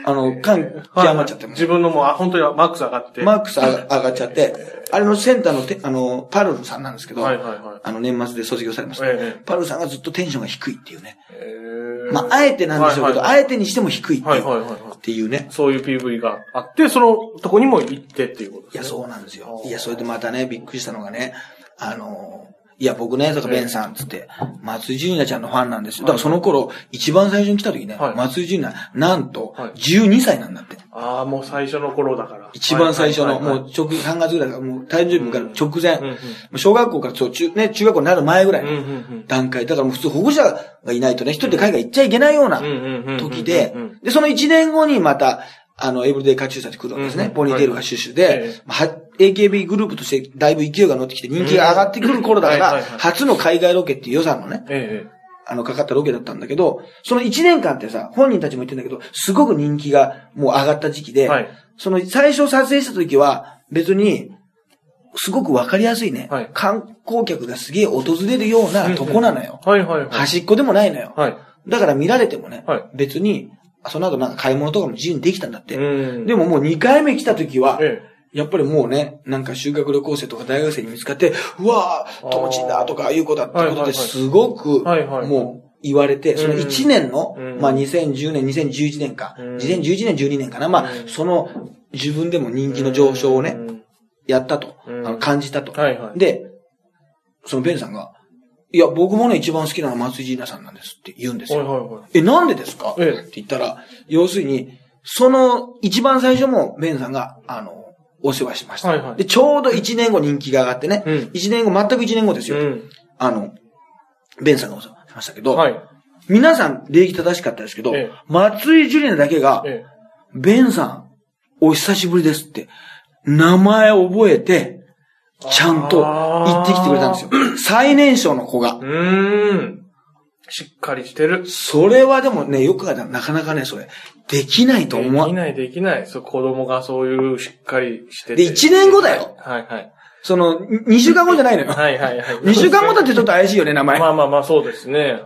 [SPEAKER 1] あの、感極まっちゃって
[SPEAKER 2] はい
[SPEAKER 1] もう
[SPEAKER 2] 自分のもう、あ本当にマックス上がって。
[SPEAKER 1] マックス上が上がっちゃって、あれのセンターのて、あの、パルルさんなんですけど、
[SPEAKER 2] はいはいはい
[SPEAKER 1] あの、年末で卒業されました。
[SPEAKER 2] ええ
[SPEAKER 1] パルルさんがずっとテンションが低いっていうね。
[SPEAKER 2] ええ
[SPEAKER 1] まあ、あえてなんでしょうけど、
[SPEAKER 2] はいはい
[SPEAKER 1] あえてにしても低いっていう,、
[SPEAKER 2] はいはいはいはい
[SPEAKER 1] っていうね。
[SPEAKER 2] そういう PV があって、そのとこにも行ってっていうこと
[SPEAKER 1] い
[SPEAKER 2] で
[SPEAKER 1] や、
[SPEAKER 2] すね。
[SPEAKER 1] そうなんですよ。いや、それでまたね、びっくりしたのがね、あのーいや、僕ね、だからベンさん、つって、松井純奈ちゃんのファンなんですよ。だからその頃、一番最初に来た時ね、
[SPEAKER 2] はい
[SPEAKER 1] 松井純奈、なんと、
[SPEAKER 2] はい
[SPEAKER 1] 12歳なんだって。
[SPEAKER 2] ああ、もう最初の頃だから。
[SPEAKER 1] 一番最初の、
[SPEAKER 2] はいはい
[SPEAKER 1] も
[SPEAKER 2] はいは
[SPEAKER 1] う直、3月ぐらいから、もう誕生日から直前、
[SPEAKER 2] うんうんうん
[SPEAKER 1] もう小学校から、そう、中、ね、中学校になる前ぐらい
[SPEAKER 2] い、
[SPEAKER 1] の
[SPEAKER 2] うんうんうん。
[SPEAKER 1] 段階。だからもう普通保護者がいないとね、一人で海外行っちゃいけないような
[SPEAKER 2] うんうんうんうん
[SPEAKER 1] 時で
[SPEAKER 2] うんうん、
[SPEAKER 1] で、その1年後にまた、あの、エブリデイカチューサって来るわけです
[SPEAKER 2] うん
[SPEAKER 1] ね
[SPEAKER 2] う。ん
[SPEAKER 1] ポニーテールがシュッシュ
[SPEAKER 2] はいえ
[SPEAKER 1] で
[SPEAKER 2] え、
[SPEAKER 1] まあは AKB グループとしてだいぶ勢いが乗ってきて人気が上がってくる頃だか
[SPEAKER 2] うんは
[SPEAKER 1] ら、
[SPEAKER 2] いはいはい
[SPEAKER 1] 初の海外ロケっていう予算のね、
[SPEAKER 2] え
[SPEAKER 1] あの、かかったロケだったんだけど、その1年間ってさ、本人たちも言ってんだけど、すごく人気がもう上がった時期
[SPEAKER 2] え。
[SPEAKER 1] で、
[SPEAKER 2] はい。
[SPEAKER 1] その最初撮影した時は、別に、すごくわかりやすいね、
[SPEAKER 2] はい
[SPEAKER 1] 観光客がすげえ訪れるようなとこなのよ。
[SPEAKER 2] はいはいはい。
[SPEAKER 1] 端っこでもないのよ。
[SPEAKER 2] はい。
[SPEAKER 1] だから見られてもね、
[SPEAKER 2] はい
[SPEAKER 1] 別に、その後なんか買い物とかも自由にできたんだって。
[SPEAKER 2] うん。
[SPEAKER 1] でももう2回目来た時は、
[SPEAKER 2] え
[SPEAKER 1] やっぱりもうね、なんか修学旅行生とか大学生に見つかって、うわぁ、友人だとかいう子だってこ
[SPEAKER 2] はいはい
[SPEAKER 1] と
[SPEAKER 2] は
[SPEAKER 1] で
[SPEAKER 2] い
[SPEAKER 1] すごく、
[SPEAKER 2] はいはい
[SPEAKER 1] もう言われて、その1年の
[SPEAKER 2] うん、
[SPEAKER 1] まあ2010年、2011年か、
[SPEAKER 2] うん
[SPEAKER 1] 2011年、12年かな、まあ
[SPEAKER 2] うん
[SPEAKER 1] その自分でも人
[SPEAKER 2] え。
[SPEAKER 1] 気の上昇をね
[SPEAKER 2] う、ん
[SPEAKER 1] やったと、あ
[SPEAKER 2] うん
[SPEAKER 1] の感じたと。
[SPEAKER 2] はいはい。
[SPEAKER 1] で、そのベンさんが、いや、僕もね、一番好きなのは松井ジーナさんなんですって言うんです
[SPEAKER 2] はい
[SPEAKER 1] よ。
[SPEAKER 2] はいはい。
[SPEAKER 1] え、なんでですか
[SPEAKER 2] ええ
[SPEAKER 1] って言ったら、要するに、その、一番最初も、ベンさんが、あの、お世話しました。
[SPEAKER 2] はいはい
[SPEAKER 1] で、ちょうど1年後人気が上がってね、
[SPEAKER 2] うん
[SPEAKER 1] 一1年後、全く1年後ですよ。
[SPEAKER 2] うん。
[SPEAKER 1] あの、ベンさんがお世話しましたけど、
[SPEAKER 2] はい。
[SPEAKER 1] 皆さん礼儀正しかったですけど、
[SPEAKER 2] ええ
[SPEAKER 1] 松井ジュリアだけが、
[SPEAKER 2] え
[SPEAKER 1] ベンさん、お久しぶりですって、名前覚えて、ちゃんと言ってきてくれたんですよ。最年少の子が
[SPEAKER 2] え。。うーん。しっかりしてる。
[SPEAKER 1] それはでもね、よく考えたらなかなかね、それ、できないと
[SPEAKER 2] で
[SPEAKER 1] 思わ
[SPEAKER 2] き、ないできない。そう、子供がそういうしっかりしてて。
[SPEAKER 1] で一年後だよ
[SPEAKER 2] はいはい。
[SPEAKER 1] その、2週間後じゃないの [LAUGHS] よ。
[SPEAKER 2] はいはいはい。
[SPEAKER 1] 2週間後だってちょっと怪しいよね、名前
[SPEAKER 2] [LAUGHS] ま。あまあまあ、そうですね。はいはい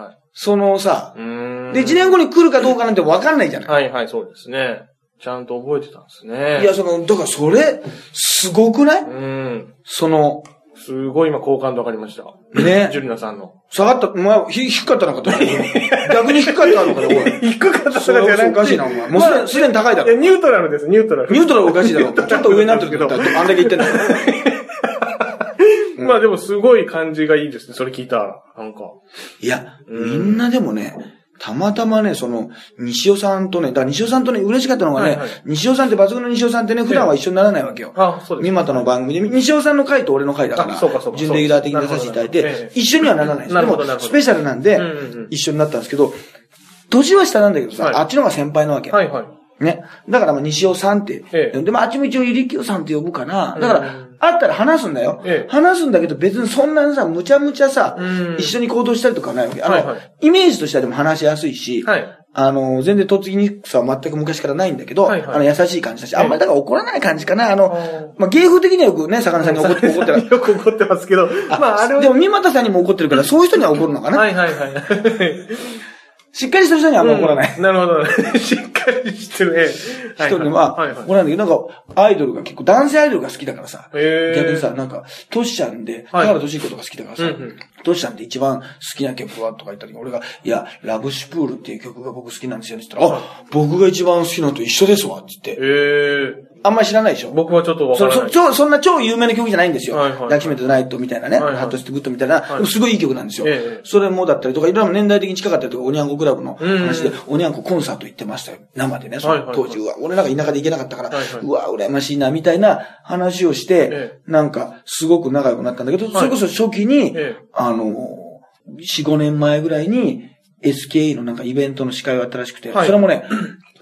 [SPEAKER 2] は
[SPEAKER 1] そのさ
[SPEAKER 2] い。、うーん。
[SPEAKER 1] で、1年後に来るかどうかなんて分かんないじゃない。
[SPEAKER 2] はいはい、そうですね。ちゃんと覚えてたんですね。
[SPEAKER 1] いや、、その、だからそれ、すごくな
[SPEAKER 2] う
[SPEAKER 1] い
[SPEAKER 2] ん。
[SPEAKER 1] その、
[SPEAKER 2] すごい今、好感度上がりました。
[SPEAKER 1] ね
[SPEAKER 2] [LAUGHS] ジュリナさんの。
[SPEAKER 1] 下がった、お前、ひ低かったのかと思った。逆に低かったのかと思う。
[SPEAKER 2] 低かった
[SPEAKER 1] [LAUGHS] それはおかしいな、お前。もうすでにすでに高いだろ。
[SPEAKER 2] ニュートラルです、ニュートラ
[SPEAKER 1] ニュートラルおかしいだろ。ちょっと上になってるけど、だってあんだけ言ってんだから。
[SPEAKER 2] ル。まあでも、すごい感じがいいですね。それ聞いたら。なんか。
[SPEAKER 1] いや、
[SPEAKER 2] うん
[SPEAKER 1] みんなでもね、たまたまね、その、西尾さんとね、だから西尾さんとね、嬉しかったのがね、
[SPEAKER 2] はいはい
[SPEAKER 1] 西尾さんって抜群の西尾さんってね、普段は一緒にならないわけよ。
[SPEAKER 2] あ、そうです。
[SPEAKER 1] 三股の番組で、西尾さんの回と俺の回だから、
[SPEAKER 2] あそうかそうか
[SPEAKER 1] 準レギュラー的に出させていただい
[SPEAKER 2] なるほど
[SPEAKER 1] て
[SPEAKER 2] え、え
[SPEAKER 1] 一緒にはならないです。
[SPEAKER 2] な
[SPEAKER 1] で
[SPEAKER 2] るほど
[SPEAKER 1] も
[SPEAKER 2] なる、ほど
[SPEAKER 1] スペシャルなんで
[SPEAKER 2] うんうんうん、
[SPEAKER 1] 一緒になったんですけど、年は下なんだけどさ、
[SPEAKER 2] はい
[SPEAKER 1] あっちの方が先輩なわけ。
[SPEAKER 2] はいはい。
[SPEAKER 1] ね。だから、まあ、西尾さんって、
[SPEAKER 2] ええ
[SPEAKER 1] でも、あっちも一応、ゆりきよさんって呼ぶかな。だか
[SPEAKER 2] う
[SPEAKER 1] ら
[SPEAKER 2] ん、
[SPEAKER 1] 会ったら話すんだよ。
[SPEAKER 2] ええ
[SPEAKER 1] 話すんだけど、別にそんなにさ、むちゃむちゃさ
[SPEAKER 2] うん、
[SPEAKER 1] 一緒に行動したりとかはないわけ。あの、
[SPEAKER 2] はいはい
[SPEAKER 1] イメージとしてはでも話しやすいし、
[SPEAKER 2] はい。
[SPEAKER 1] あの、全然突撃にくさは全く昔からないんだけど、
[SPEAKER 2] はいはい
[SPEAKER 1] あの、優しい感じだし、
[SPEAKER 2] ええ
[SPEAKER 1] あんまりだから怒らない感じかな。あの、
[SPEAKER 2] あー
[SPEAKER 1] まあ、芸風的にはよくね、魚さんに怒って、怒って
[SPEAKER 2] [LAUGHS]
[SPEAKER 1] る。
[SPEAKER 2] よく怒ってますけど。 [LAUGHS] まあ、あれは。
[SPEAKER 1] でも、三股さんにも怒ってるから、そういう人には怒るのかな。
[SPEAKER 2] はいはいはい。
[SPEAKER 1] しっかりした人にはあんま怒らない。
[SPEAKER 2] うんなるほど。 [LAUGHS] しっかりしてるね。
[SPEAKER 1] 一人には、
[SPEAKER 2] はいはい
[SPEAKER 1] 俺。なんだけど、なんか、アイドルが結構、男性アイドルが好きだからさ、
[SPEAKER 2] へー
[SPEAKER 1] 逆にさ、なんか、トシちゃんで、
[SPEAKER 2] は
[SPEAKER 1] だ
[SPEAKER 2] い
[SPEAKER 1] からトシヒコとか好きだからさ、
[SPEAKER 2] うんうん
[SPEAKER 1] トシちゃんって一番好きな曲はとか言った時、俺が、いや、ラブシュプールっていう曲が僕好きなんですよって言ったら、あ、僕が一番好きなのと一緒ですわ、って言って、
[SPEAKER 2] ええ
[SPEAKER 1] あんまり知らないでしょ
[SPEAKER 2] 僕はちょっとわか
[SPEAKER 1] そ
[SPEAKER 2] らな
[SPEAKER 1] そ
[SPEAKER 2] い。
[SPEAKER 1] 超そんな超有名な曲じゃないんですよ。
[SPEAKER 2] はいはいはい
[SPEAKER 1] 抱きしめてナイトみたいなね、
[SPEAKER 2] はいはい
[SPEAKER 1] ハッとしてグッドみたいな、
[SPEAKER 2] い
[SPEAKER 1] でもすごいいい曲なんですよ。
[SPEAKER 2] ええ
[SPEAKER 1] それもだったりとか、いろいろ年代的に近かったりとか、おにゃんこクラブの
[SPEAKER 2] うんうん
[SPEAKER 1] 話で、おにゃんこコンサート行ってましたよ。生でね、そ
[SPEAKER 2] はいはい
[SPEAKER 1] の
[SPEAKER 2] は
[SPEAKER 1] 当
[SPEAKER 2] い
[SPEAKER 1] 時、うわ、俺なんか田舎で行けなかったから、
[SPEAKER 2] はいはいう
[SPEAKER 1] わ、羨ましいな、みたいな話をして、
[SPEAKER 2] え
[SPEAKER 1] なんか、すごく仲良くなったんだけど、
[SPEAKER 2] い
[SPEAKER 1] それこそ初期に、
[SPEAKER 2] ええ
[SPEAKER 1] あの、4、5年前ぐらいに、SKE のなんかイベントの司会をやったらしくて、
[SPEAKER 2] はい
[SPEAKER 1] それもね、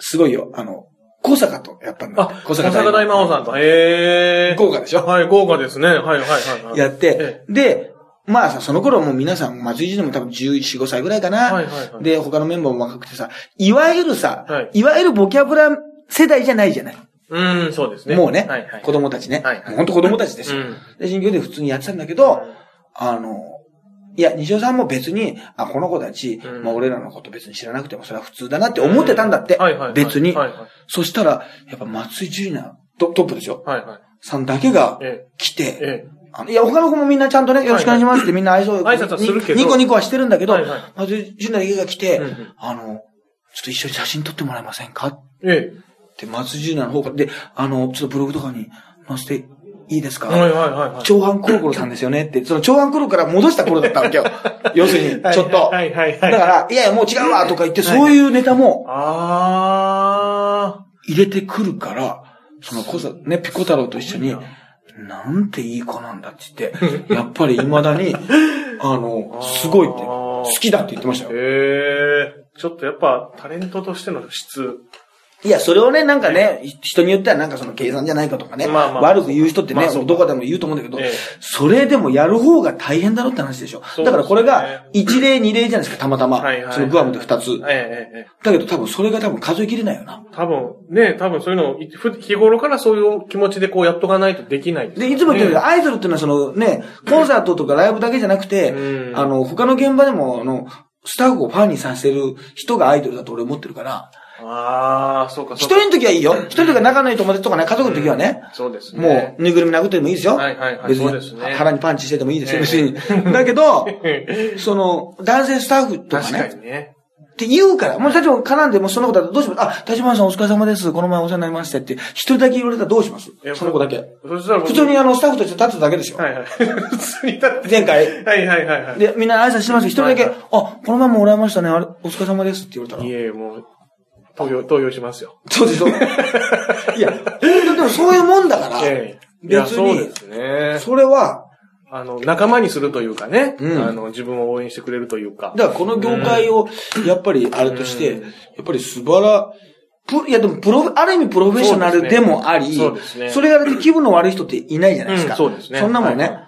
[SPEAKER 1] すごいよ、あの、小坂とやったんだって
[SPEAKER 2] あ、小坂大魔王さんと。ええ
[SPEAKER 1] 豪華でしょ
[SPEAKER 2] はい、豪華ですね。はいはいはいはい。
[SPEAKER 1] やって、
[SPEAKER 2] え
[SPEAKER 1] で、まあさ、その頃もう皆さん、松井陣でも多分14、5歳ぐらいかな。
[SPEAKER 2] はいはいはい
[SPEAKER 1] で、他のメンバーも若くてさ、いわゆるさ、、
[SPEAKER 2] はい
[SPEAKER 1] わゆるボキャブラ世代じゃないじゃない。
[SPEAKER 2] うん、そうですね。
[SPEAKER 1] もうね、
[SPEAKER 2] はいはい。
[SPEAKER 1] 子供たちね。
[SPEAKER 2] はいはい
[SPEAKER 1] もうほんと子供たちですよ。
[SPEAKER 2] うん
[SPEAKER 1] で、新業で普通にやってたんだけど、あの、いや、西尾さんも別に、あ、この子たち、
[SPEAKER 2] うん
[SPEAKER 1] まあ俺らのこと別に知らなくてもそれは普通だなって思ってたんだって。
[SPEAKER 2] うんはいはいはい
[SPEAKER 1] 別に。
[SPEAKER 2] はいはい
[SPEAKER 1] そしたら、やっぱ松井ジュリナ、トトップですよ。
[SPEAKER 2] はいはい。
[SPEAKER 1] さんだけが
[SPEAKER 2] え
[SPEAKER 1] 来て、
[SPEAKER 2] ええ
[SPEAKER 1] あのいや、他の子もみんなちゃんとね、よろしくお願いしますってみんな愛想よく
[SPEAKER 2] 挨拶はするけど
[SPEAKER 1] ニコニコはしてるんだけど、
[SPEAKER 2] はいはい
[SPEAKER 1] まず、純奈が来て、
[SPEAKER 2] うんうん
[SPEAKER 1] あの、ちょっと一緒に写真撮ってもらえませんかっ
[SPEAKER 2] ええ
[SPEAKER 1] て、松井純奈の方から、で、あの、ちょっとブログとかに載せていいですか、
[SPEAKER 2] はいはいはいはい。
[SPEAKER 1] 長半コロコロさんですよねって、その長半コロから戻した頃だったわけ
[SPEAKER 2] [LAUGHS]
[SPEAKER 1] よ。要するに、ちょっと。
[SPEAKER 2] はいはいはいは
[SPEAKER 1] だ
[SPEAKER 2] い
[SPEAKER 1] から、いやいや、もう違うわとか言って、そういうネタも
[SPEAKER 2] あ
[SPEAKER 1] 入れてくるから、そのこそ、ね、ピコ太郎と一緒に
[SPEAKER 2] すごい、
[SPEAKER 1] なんていい子なんだって言って、 [LAUGHS] やっぱり未だに、あの、すごいって、
[SPEAKER 2] あー
[SPEAKER 1] 好きだって言ってました
[SPEAKER 2] ー。
[SPEAKER 1] よ。
[SPEAKER 2] へえ。ちょっとやっぱ、タレントとしての質。
[SPEAKER 1] いや、それをね、なんかね、人によってはなんかその計算じゃないかとかね、
[SPEAKER 2] まあまあ
[SPEAKER 1] 悪く言う人ってね、
[SPEAKER 2] まあそうか
[SPEAKER 1] どこでも言うと思うんだけど、
[SPEAKER 2] ええ
[SPEAKER 1] それでもやる方が大変だろって話でしょ。
[SPEAKER 2] そうですね
[SPEAKER 1] だからこれが、一例二例じゃないですか、たまたま。
[SPEAKER 2] はいはいはい
[SPEAKER 1] そのグアムで二つ。
[SPEAKER 2] ええええええ。
[SPEAKER 1] だけど多分それが多分数えきれないよな。
[SPEAKER 2] 多分、ね、多分そういうのをい、ふ日頃からそういう気持ちでこうやっとかないとできない。
[SPEAKER 1] で、いつも言ってるけど、
[SPEAKER 2] ね
[SPEAKER 1] アイドルっていうのはそのね、コンサートとかライブだけじゃなくて、
[SPEAKER 2] うん
[SPEAKER 1] あの、他の現場でも、あの、スタッフをファンにさせる人がアイドルだと俺思ってるから、
[SPEAKER 2] ああ、そうか、
[SPEAKER 1] 一
[SPEAKER 2] そうか。
[SPEAKER 1] 人の時はいいよ。一人とか仲のいい友達とかね、家族の時はね、
[SPEAKER 2] そうですね。
[SPEAKER 1] もう、ぬいぐるみ殴ってもいいですよ。
[SPEAKER 2] はいはいはい
[SPEAKER 1] 別
[SPEAKER 2] そうです
[SPEAKER 1] に、
[SPEAKER 2] ね
[SPEAKER 1] 腹にパンチしててもいいですよ、
[SPEAKER 2] え
[SPEAKER 1] 別
[SPEAKER 2] え
[SPEAKER 1] に。だけ
[SPEAKER 2] [LAUGHS]
[SPEAKER 1] ど、
[SPEAKER 2] う。
[SPEAKER 1] その、男性スタッフとか
[SPEAKER 2] 確か
[SPEAKER 1] ね、
[SPEAKER 2] にね。
[SPEAKER 1] って言うから、もう社長絡んで、もうそんなことだとどうしますあ、立花さんお疲れ様です。この前お世話になりましたって、一人だけ言われたらどうします
[SPEAKER 2] え
[SPEAKER 1] その子だけ。
[SPEAKER 2] そしたら僕
[SPEAKER 1] 普通にあの、スタッフとして立ってただけですよ。
[SPEAKER 2] はいはい。普通に立って。
[SPEAKER 1] 前回。
[SPEAKER 2] はいはいはいはい。
[SPEAKER 1] で、みんな挨拶してます。一人だけ、
[SPEAKER 2] はいはい
[SPEAKER 1] あ、この前ももらいましたね。あれ、お疲れ様ですって言われたら
[SPEAKER 2] い。え、もう、投票、投票しますよ。
[SPEAKER 1] そうでしょ [LAUGHS] いや、本当でもそういうもんだから、
[SPEAKER 2] ええ。いや、
[SPEAKER 1] 別
[SPEAKER 2] そう
[SPEAKER 1] に
[SPEAKER 2] ですね。
[SPEAKER 1] それは、
[SPEAKER 2] あの、仲間にするというかね。
[SPEAKER 1] うん
[SPEAKER 2] あの、自分を応援してくれるというか。
[SPEAKER 1] だからこの業界を、やっぱりあれとして、
[SPEAKER 2] うん
[SPEAKER 1] やっぱり素晴ら、プいやでもプロ、ある意味プロフェッショナルでもあり、
[SPEAKER 2] そうですねそうですね
[SPEAKER 1] れがだって気分の悪い人っていないじゃないですか。
[SPEAKER 2] うんそうですね
[SPEAKER 1] んなもんね、
[SPEAKER 2] はいは